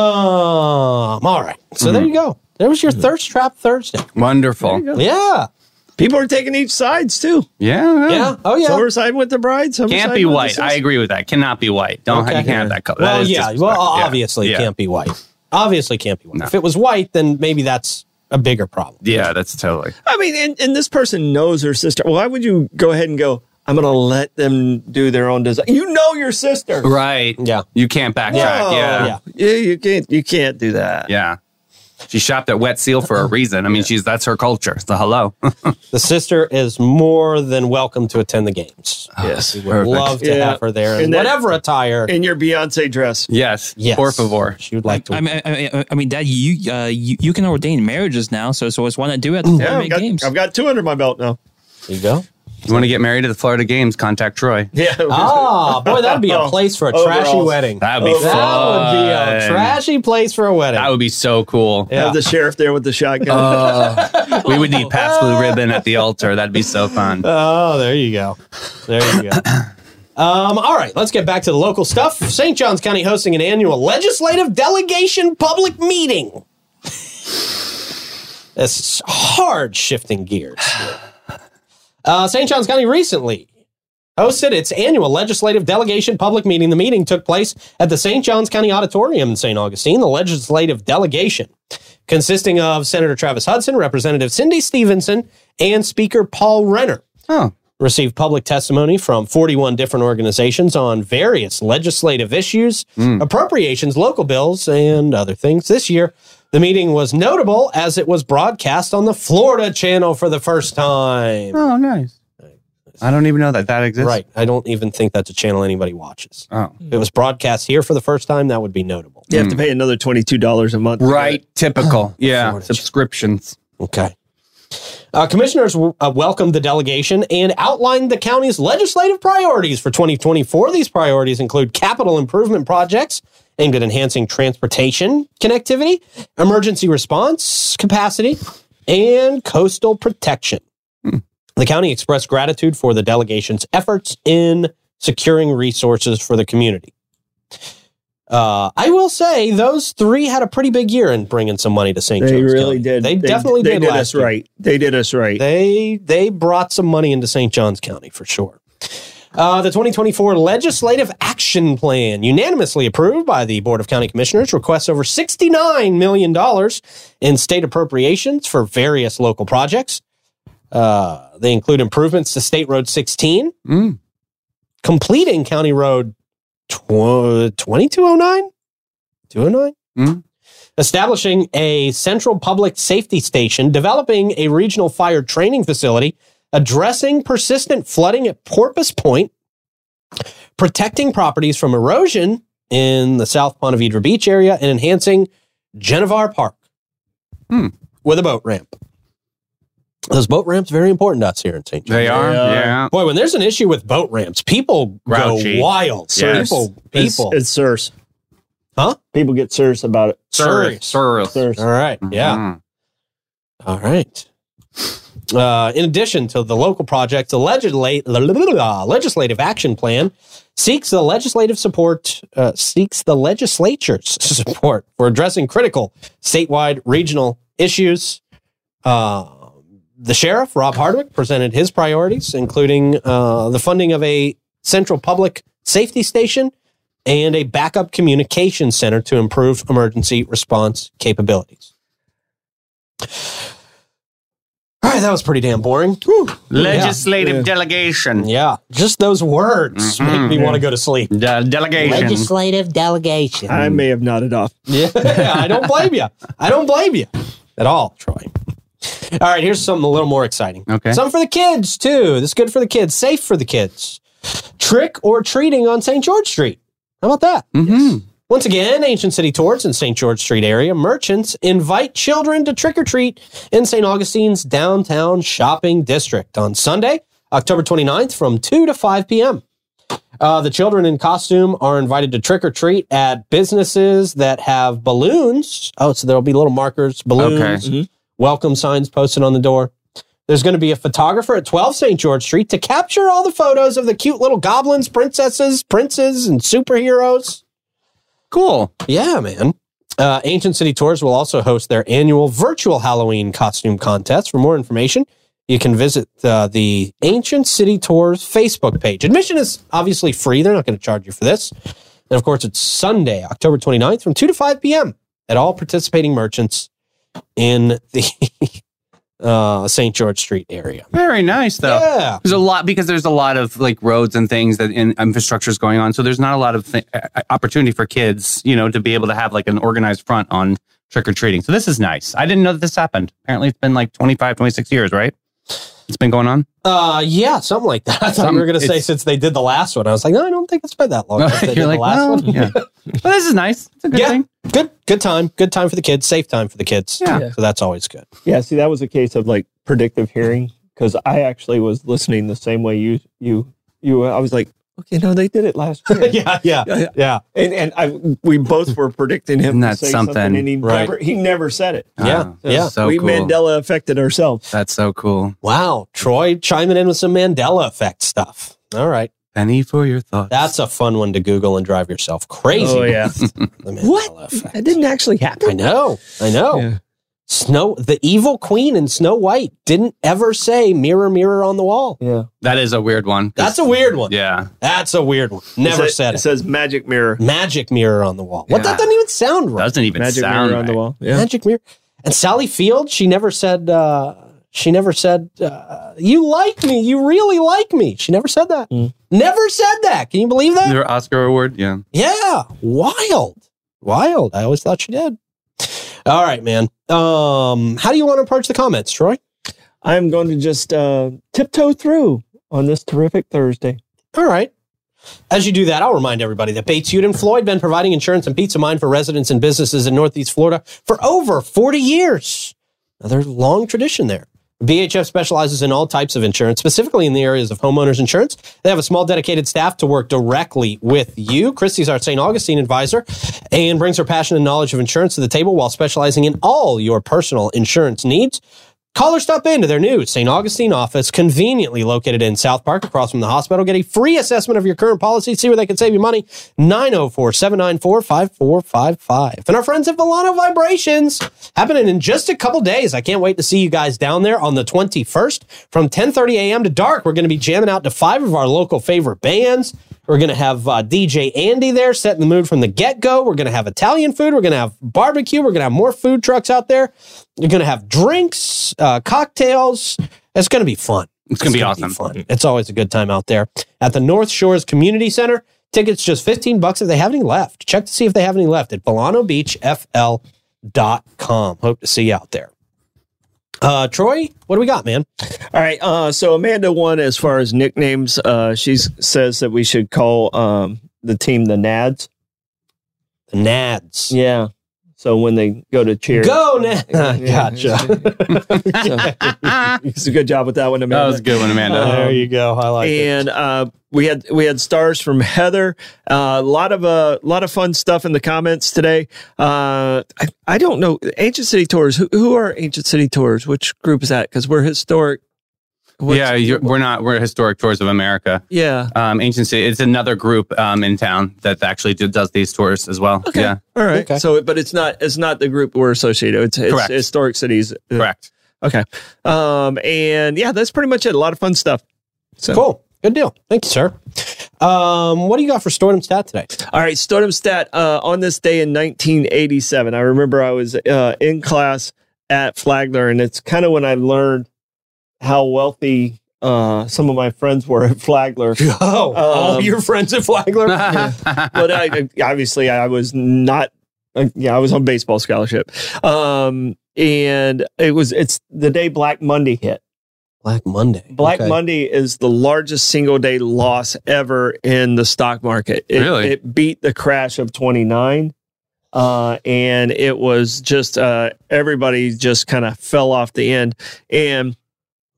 Speaker 1: All right. So there
Speaker 2: Mm-hmm.
Speaker 1: you go. There was your thirst trap Thursday.
Speaker 2: Wonderful.
Speaker 1: Yeah.
Speaker 5: people are taking each sides too.
Speaker 2: Yeah.
Speaker 1: Yeah. Oh yeah.
Speaker 5: Some are siding with the bride. Some are
Speaker 2: Can't
Speaker 5: siding
Speaker 2: be
Speaker 5: with the
Speaker 2: white.
Speaker 5: sister.
Speaker 2: I agree with that. Cannot be white. Don't
Speaker 1: Okay.
Speaker 2: you can't have that color.
Speaker 1: Well,
Speaker 2: That is
Speaker 1: yeah.
Speaker 2: disrespectful.
Speaker 1: Well,
Speaker 2: Yeah.
Speaker 1: obviously
Speaker 2: Yeah.
Speaker 1: it can't be white. Obviously it can't be white.
Speaker 2: No.
Speaker 1: If it was white, then maybe that's a bigger problem.
Speaker 2: Yeah, that's totally.
Speaker 5: I mean, and, and this person knows her sister. Why would you go ahead and go? I'm going to let them do their own design. You know your sister.
Speaker 2: Right.
Speaker 1: Yeah.
Speaker 2: You can't backtrack.
Speaker 5: Oh,
Speaker 2: yeah.
Speaker 1: yeah.
Speaker 2: yeah.
Speaker 5: Yeah, you can't. You can't do that.
Speaker 2: She shopped at Wet Seal for a reason. I mean, she's that's her culture. So hello.
Speaker 1: The sister is more than welcome to attend the games.
Speaker 5: Yes.
Speaker 1: Would love to
Speaker 5: Yeah.
Speaker 1: have her there in
Speaker 5: And that-
Speaker 1: whatever attire.
Speaker 5: In your Beyonce dress.
Speaker 2: Yes.
Speaker 1: Yes.
Speaker 2: Por favor.
Speaker 1: She would like to.
Speaker 3: I mean, I, I, I mean, Dad, you, uh, you you can ordain marriages now, so so it's one I do at the
Speaker 5: Yeah,
Speaker 3: Mm. yeah,
Speaker 5: I've got,
Speaker 3: games.
Speaker 5: I've got two under my belt now.
Speaker 1: there you go.
Speaker 2: You want to get married to the Florida Games? Contact Troy.
Speaker 5: Yeah.
Speaker 1: Ah, boy, that'd be a place for a trashy
Speaker 5: Overalls.
Speaker 1: wedding.
Speaker 2: That would be
Speaker 5: Oh,
Speaker 1: That
Speaker 2: fun.
Speaker 1: would be a trashy place for a wedding.
Speaker 2: That would be so cool. Uh,
Speaker 1: Yeah. Uh,
Speaker 5: Have the sheriff there with the shotgun.
Speaker 2: We would need Pat's blue ribbon at the altar. That'd be so fun.
Speaker 1: Oh, there you go. There you go. Um, all right, let's get back to the local stuff. St. John's County hosting an annual legislative delegation public meeting. That's hard shifting gears. here. Uh, St. John's County recently hosted its annual legislative delegation public meeting. The meeting took place at the St. Johns County Auditorium in St. Augustine. The legislative delegation, consisting of Senator Travis Hudson, Representative Cindy Stevenson, and Speaker Paul Renner,
Speaker 2: Oh,
Speaker 1: received public testimony from 41 different organizations on various legislative issues, appropriations, local bills, and other things. This year, the meeting was notable as it was broadcast on the Florida channel for the first time.
Speaker 2: oh, nice. I don't even know that that exists.
Speaker 1: Right. I don't even think that's a channel anybody watches.
Speaker 2: Oh,
Speaker 1: If it was broadcast here for the first time, that would be notable.
Speaker 5: You have to pay another twenty two dollars a month.
Speaker 2: right.
Speaker 1: Oh,
Speaker 2: Typical. Yeah.
Speaker 1: Shortage.
Speaker 2: Subscriptions.
Speaker 1: Okay. Uh, commissioners uh, welcomed the delegation and outlined the county's legislative priorities for 2024. These priorities include capital improvement projects aimed at enhancing transportation connectivity, emergency response capacity, and coastal protection.
Speaker 5: Hmm.
Speaker 1: The county expressed gratitude for the delegation's efforts in securing resources for the community. Uh, I will say those three had a pretty big year in bringing some money to St.
Speaker 5: They
Speaker 1: John's
Speaker 5: really
Speaker 1: County.
Speaker 5: did.
Speaker 1: They, definitely
Speaker 5: they
Speaker 1: did,
Speaker 5: did
Speaker 1: last
Speaker 5: us
Speaker 1: year.
Speaker 5: right. They did us right.
Speaker 1: They they brought some money into St. Johns County for sure. Uh, the 2024 Legislative Action Plan, unanimously approved by the Board of County Commissioners, requests over $69 million in state appropriations for various local projects. Uh, they include improvements to State Road 16,
Speaker 2: Mm.
Speaker 1: completing County Road tw- 2209? 209?
Speaker 2: Mm.
Speaker 1: Establishing a central public safety station, developing a regional fire training facility, addressing persistent flooding at Porpoise Point, protecting properties from erosion in the South Ponte Vedra Beach area, and enhancing Genevieve Park
Speaker 2: Hmm.
Speaker 1: with a boat ramp. Those boat ramps very important to us here in St. John.
Speaker 2: They are.
Speaker 5: are.
Speaker 2: Yeah.
Speaker 1: Boy, when there's an issue with boat ramps, people
Speaker 2: Grouchy.
Speaker 1: go wild.
Speaker 2: Yes.
Speaker 1: People,
Speaker 5: It's-
Speaker 1: people,
Speaker 5: It's, serious.
Speaker 1: Huh?
Speaker 5: People get serious about it.
Speaker 1: Sorry. All right. Yeah.
Speaker 2: Mhm.
Speaker 1: All right. Uh, in addition to the local project, the legisla- legislative action plan seeks the legislative support uh, seeks the legislature's support for addressing critical statewide regional issues. Uh, the sheriff Rob Hardwick presented his priorities, including uh, the funding of a central public safety station and a backup communication center to improve emergency response capabilities. All right, that was pretty damn boring.
Speaker 2: Legislative
Speaker 5: Yeah.
Speaker 2: delegation.
Speaker 1: Yeah, just those words
Speaker 2: Mhm.
Speaker 1: make me want to go to sleep.
Speaker 2: De- delegation.
Speaker 6: Legislative delegation.
Speaker 5: I may have nodded off.
Speaker 1: Yeah, I don't blame you. I don't blame you at all, Troy. All right, here's something a little more exciting.
Speaker 2: Okay.
Speaker 1: Some for the kids, too. This is good for the kids, safe for the kids. Trick or treating on St. George Street. How about that?
Speaker 2: Mhm.
Speaker 1: Once again, Ancient City Tours in St. George Street area, merchants invite children to trick or treat in St. Augustine's downtown shopping district on Sunday, October 29th from 2 to 5 p.m. Uh, the children in costume are invited to trick or treat at businesses that have balloons. Oh, so there'll be little markers, balloons,
Speaker 2: Okay.
Speaker 1: welcome signs posted on the door. There's going to be a photographer at 12 St. George Street to capture all the photos of the cute little goblins, princesses, princes, and superheroes.
Speaker 2: Cool.
Speaker 1: Yeah, man. Uh, Ancient City Tours will also host their annual virtual Halloween costume contest. For more information, you can visit uh, the Ancient City Tours Facebook page. Admission is obviously free. They're not going to charge you for this. And of course, it's Sunday, October 29th from 2 to 5 p.m. at all participating merchants in the uh, St. George Street area.
Speaker 2: Very nice, though.
Speaker 1: Yeah.
Speaker 2: There's a lot because there's a lot of like roads and things that and infrastructure is going on. So there's not a lot of th- opportunity for kids, you know, to be able to have like an organized front on trick or treating. So this is nice. I didn't know that this happened. Apparently, it's been like 25, 26 years, right? It's been going on.
Speaker 1: Uh, yeah, something like that. I thought
Speaker 2: Some-
Speaker 1: you were going to say
Speaker 2: it's-
Speaker 1: since they did the last one. I was like, no, I don't think it's been that long. since they did
Speaker 2: You're like,
Speaker 1: the last
Speaker 2: well,
Speaker 1: one.
Speaker 2: yeah. Well, this is nice. It's a good
Speaker 1: Yeah.
Speaker 2: thing.
Speaker 1: good good time good time for the kids safe time for the kids
Speaker 2: Yeah.
Speaker 1: so that's always good
Speaker 5: Yeah, see, that was a case of like predictive hearing because I actually was listening the same way you you you. I was like, okay, no, they did it last year.
Speaker 1: yeah yeah yeah
Speaker 5: and and I we both were predicting
Speaker 2: Isn't
Speaker 5: him. to
Speaker 2: that
Speaker 5: say
Speaker 2: something?
Speaker 5: and he
Speaker 1: Right.
Speaker 5: never he never said it.
Speaker 1: Yeah.
Speaker 2: Oh,
Speaker 5: So
Speaker 1: Yeah.
Speaker 2: So
Speaker 5: we
Speaker 2: cool.
Speaker 5: Mandela affected ourselves.
Speaker 2: That's so cool.
Speaker 1: wow troy chiming in with some mandela effect stuff all right
Speaker 2: Penny for your thoughts.
Speaker 1: that's a fun one to google and drive yourself crazy
Speaker 5: Oh, yeah,
Speaker 1: the Mandela
Speaker 5: What?
Speaker 1: effect.
Speaker 5: that didn't actually
Speaker 1: i
Speaker 5: happen. Oh.
Speaker 1: know i know
Speaker 5: Yeah.
Speaker 1: Snow, the evil queen in Snow White didn't ever say "mirror, mirror on the wall."
Speaker 5: Yeah.
Speaker 2: That is a weird one.
Speaker 1: That's a weird one.
Speaker 2: yeah.
Speaker 1: That's a weird one. Never
Speaker 5: It sa-
Speaker 1: said
Speaker 5: it
Speaker 1: it.
Speaker 5: says magic mirror.
Speaker 1: Magic mirror on the wall. What?
Speaker 2: Yeah.
Speaker 1: That doesn't even sound right.
Speaker 2: Doesn't even
Speaker 5: Magic
Speaker 2: sound
Speaker 5: mirror on the
Speaker 2: right.
Speaker 5: wall. Yeah.
Speaker 1: Magic mirror. And Sally Field, she never said. Uh, she never said, uh, "You like me. You really like me." She never said that. Never said that. Can you believe that?
Speaker 2: Their Oscar award. Yeah.
Speaker 1: Yeah, wild, wild. I always thought she did. All right, man. Um, how do you want to approach the comments, Troy?
Speaker 5: I'm going to just uh, tiptoe through on this terrific Thursday.
Speaker 1: All right. As you do that, I'll remind everybody that Bates, Hewitt, and Floyd been providing insurance and peace of mind for residents and businesses in Northeast Florida for over 40 years. Another long tradition there. BHF specializes in all types of insurance, specifically in the areas of homeowners insurance. They have a small dedicated staff to work directly with you. Christy's our St. Augustine advisor and brings her passion and knowledge of insurance to the table while specializing in all your personal insurance needs. Call or stop into their new St. Augustine office, conveniently located in South Park across from the hospital. Get a free assessment of your current policy, see where they can save you money. 904 794 5455. And our friends at Volano Vibrations happening in just a couple days. I can't wait to see you guys down there on the 21st from 10.30 a.m. to dark. We're going to be jamming out to five of our local favorite bands. We're going to have uh, DJ Andy there setting the mood from the get go. We're going to have Italian food. We're going to have barbecue. We're going to have more food trucks out there. You're going to have drinks, uh, cocktails. It's going to be fun.
Speaker 2: It's gonna be
Speaker 1: gonna
Speaker 2: awesome.
Speaker 1: fun. It's always a good time out there at the North Shores Community Center. Tickets just 15 bucks if they have any left. Check to see if they have any left at VolanoBeachFL.com. Hope to see you out there. Uh, Troy, what do we got, man?
Speaker 5: All right. Uh, so Amanda won as far as nicknames. Uh, she s- says that we should call um, the team the Nads.
Speaker 1: The Nads.
Speaker 5: Yeah. So when they go to cheer,
Speaker 1: Go, Nads. gotcha.
Speaker 5: it's a good job with that one, Amanda.
Speaker 2: That was a good one, Amanda.
Speaker 1: there you go. I like it.
Speaker 5: Uh, and uh, we had we had stars from Heather. Uh, A lot of a lot of fun stuff in the comments today. Uh, I, I don't know Ancient City Tours. Who, who are Ancient City Tours? Which group is that? Because we're historic. what's-
Speaker 2: yeah, you're, we're not. We're historic tours of America.
Speaker 5: yeah.
Speaker 2: Um, ancient city. It's another group um, in town that actually do, does these tours as well.
Speaker 5: Okay.
Speaker 2: Yeah,
Speaker 5: All right.
Speaker 1: Okay.
Speaker 5: So, but it's not it's not the group we're associated. with. It's, it's
Speaker 2: Correct.
Speaker 5: historic cities.
Speaker 2: correct.
Speaker 5: Okay. Um, and yeah, that's pretty much it. A lot of fun stuff. So.
Speaker 1: Cool. Good deal. Thank you, sir. Um, what do you got for Stordom Stat today?
Speaker 5: All right, Stodum Stat uh, on this day in 1987. I remember I was uh, in class at Flagler, and it's kind of when I learned how wealthy uh, some of my friends were at Flagler.
Speaker 1: Oh, all
Speaker 5: Um,
Speaker 1: your friends at Flagler?
Speaker 5: but I, I- obviously, I was not. Uh, yeah, I was on baseball scholarship, um, and it was it's the day Black Monday hit.
Speaker 1: Black Monday.
Speaker 5: Black
Speaker 1: Okay.
Speaker 5: Monday is the largest single day loss ever in the stock market. It,
Speaker 2: Really?
Speaker 5: it beat the crash of 29. Uh, and it was just uh, everybody just kind of fell off the end. And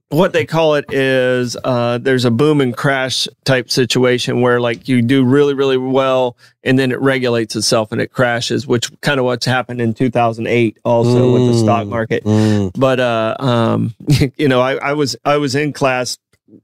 Speaker 5: what they call it is uh, there's a boom and crash type situation where like you do really, really well and then it regulates itself and it crashes, which kind of what's happened in 2008 also with the stock
Speaker 1: Mm.
Speaker 5: market
Speaker 1: Mm.
Speaker 5: but uh um you know I, I was i was in class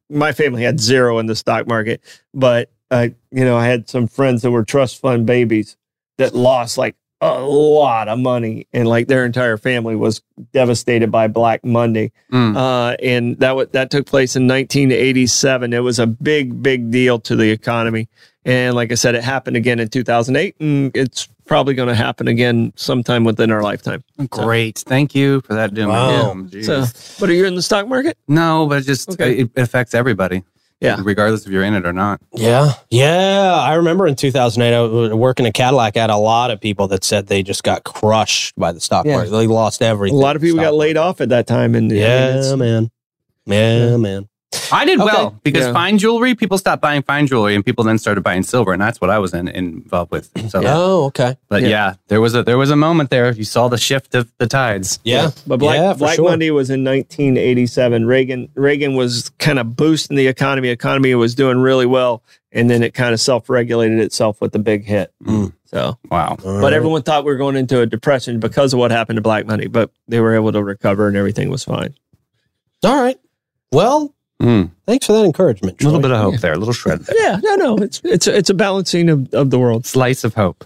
Speaker 5: my family had zero in the stock market but uh you know i had some friends that were trust fund babies that lost like a lot of money and like their entire family was devastated by black monday
Speaker 2: Mm.
Speaker 5: uh and that wa that took place in 1987 it was a big big deal to the economy and like i said it happened again in 2008 and it's probably going to happen again sometime within our lifetime
Speaker 2: Great. Thank you for that. Doom.
Speaker 1: Wow.
Speaker 2: Doom. Jeez.
Speaker 5: so but are you in the stock market
Speaker 2: no, but it just
Speaker 5: Okay.
Speaker 2: it affects everybody.
Speaker 5: Yeah.
Speaker 2: regardless if you're in it or not.
Speaker 1: Yeah. Yeah. I remember in 2008, I was working at Cadillac. I had a lot of people that said they just got crushed by the stock
Speaker 5: Yeah.
Speaker 1: market. They lost everything.
Speaker 5: a lot of people
Speaker 1: Stock
Speaker 5: got laid off at that time and
Speaker 1: market. Yeah, man. Yeah, man.
Speaker 2: I did
Speaker 1: Okay.
Speaker 2: well because
Speaker 5: Yeah.
Speaker 2: fine jewelry. People stopped buying fine jewelry, and people then started buying silver, and that's what I was in, involved with. So,
Speaker 1: Oh, okay.
Speaker 2: but
Speaker 5: Yeah.
Speaker 2: yeah. there was a there was a moment there. You saw the shift of the tides.
Speaker 1: Yeah.
Speaker 5: but black,
Speaker 1: Yeah, for
Speaker 5: black
Speaker 1: sure.
Speaker 5: monday was in 1987 reagan reagan was kind of boosting the economy economy was doing really well and then it kind of self-regulated itself with the big hit
Speaker 2: Mm.
Speaker 5: so
Speaker 2: Wow.
Speaker 1: All
Speaker 5: but
Speaker 1: right.
Speaker 5: everyone thought we were going into a depression because of what happened to black money but they were able to recover and everything was fine
Speaker 1: All right. Well,
Speaker 2: Mm.
Speaker 1: thanks for that encouragement.
Speaker 2: A little
Speaker 1: Troy.
Speaker 2: bit of hope there. A little shred there.
Speaker 5: yeah no no it's it's it's a balancing of, of the world
Speaker 2: Slice of hope.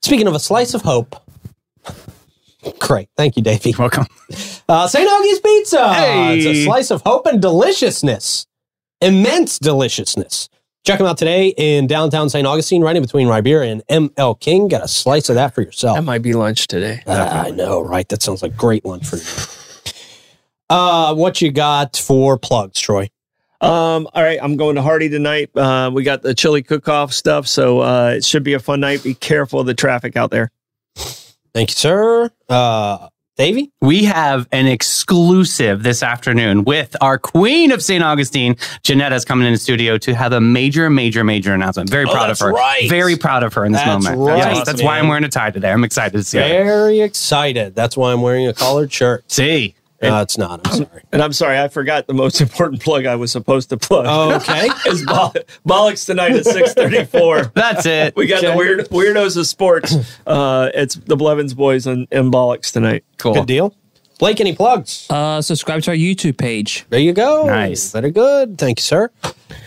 Speaker 1: Speaking of a slice of hope, Great. Thank you, Davey.
Speaker 2: Welcome.
Speaker 1: Uh, St. Augie's Pizza.
Speaker 2: Hey.
Speaker 1: It's a slice of hope and deliciousness. Immense deliciousness. Check them out today in downtown St. Augustine, right in between Ribera and ML King. Got a slice of that for yourself.
Speaker 6: That might be lunch today.
Speaker 1: Ah, I know, right? That sounds like great lunch for you. Uh, what you got for plugs, Troy?
Speaker 5: Um, all right, I'm going to Hardy tonight. Uh, we got the chili cook-off stuff, so uh, it should be a fun night. Be careful of the traffic out there.
Speaker 1: Thank you, sir. Uh, Davey?
Speaker 2: We have an exclusive this afternoon with our queen of St. Augustine. Janetta's coming in the studio to have a major, major, major announcement. Very proud
Speaker 1: Oh, that's
Speaker 2: of her.
Speaker 1: right.
Speaker 2: Very proud of her in this
Speaker 1: That's
Speaker 2: moment.
Speaker 1: right,
Speaker 2: Yes, that's why
Speaker 1: man.
Speaker 2: I'm wearing a tie today. I'm excited to see her.
Speaker 1: Very excited. That's why I'm wearing a collared shirt.
Speaker 2: See.
Speaker 1: No, it's not. I'm sorry.
Speaker 5: And I'm sorry, I forgot the most important plug I was supposed to plug.
Speaker 1: Okay.
Speaker 5: It's Bo- Bollocks tonight at 634.
Speaker 2: That's it.
Speaker 5: We got the
Speaker 1: Okay.
Speaker 5: weird weirdos of sports. Uh, it's the Blevins boys and, and Bollocks tonight.
Speaker 1: Good deal. Blake, any plugs?
Speaker 3: Uh, subscribe to our YouTube page.
Speaker 1: There you go.
Speaker 2: Nice.
Speaker 1: That are good. Thank you, sir.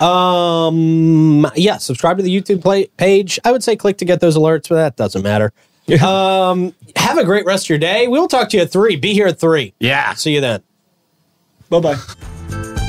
Speaker 1: Um, yeah, subscribe to the YouTube play- page. I would say click to get those alerts, but that doesn't matter. Um, have a great rest of your day. We will talk to you at three. Be here at three.
Speaker 2: Yeah.
Speaker 1: See you then.
Speaker 5: Bye bye.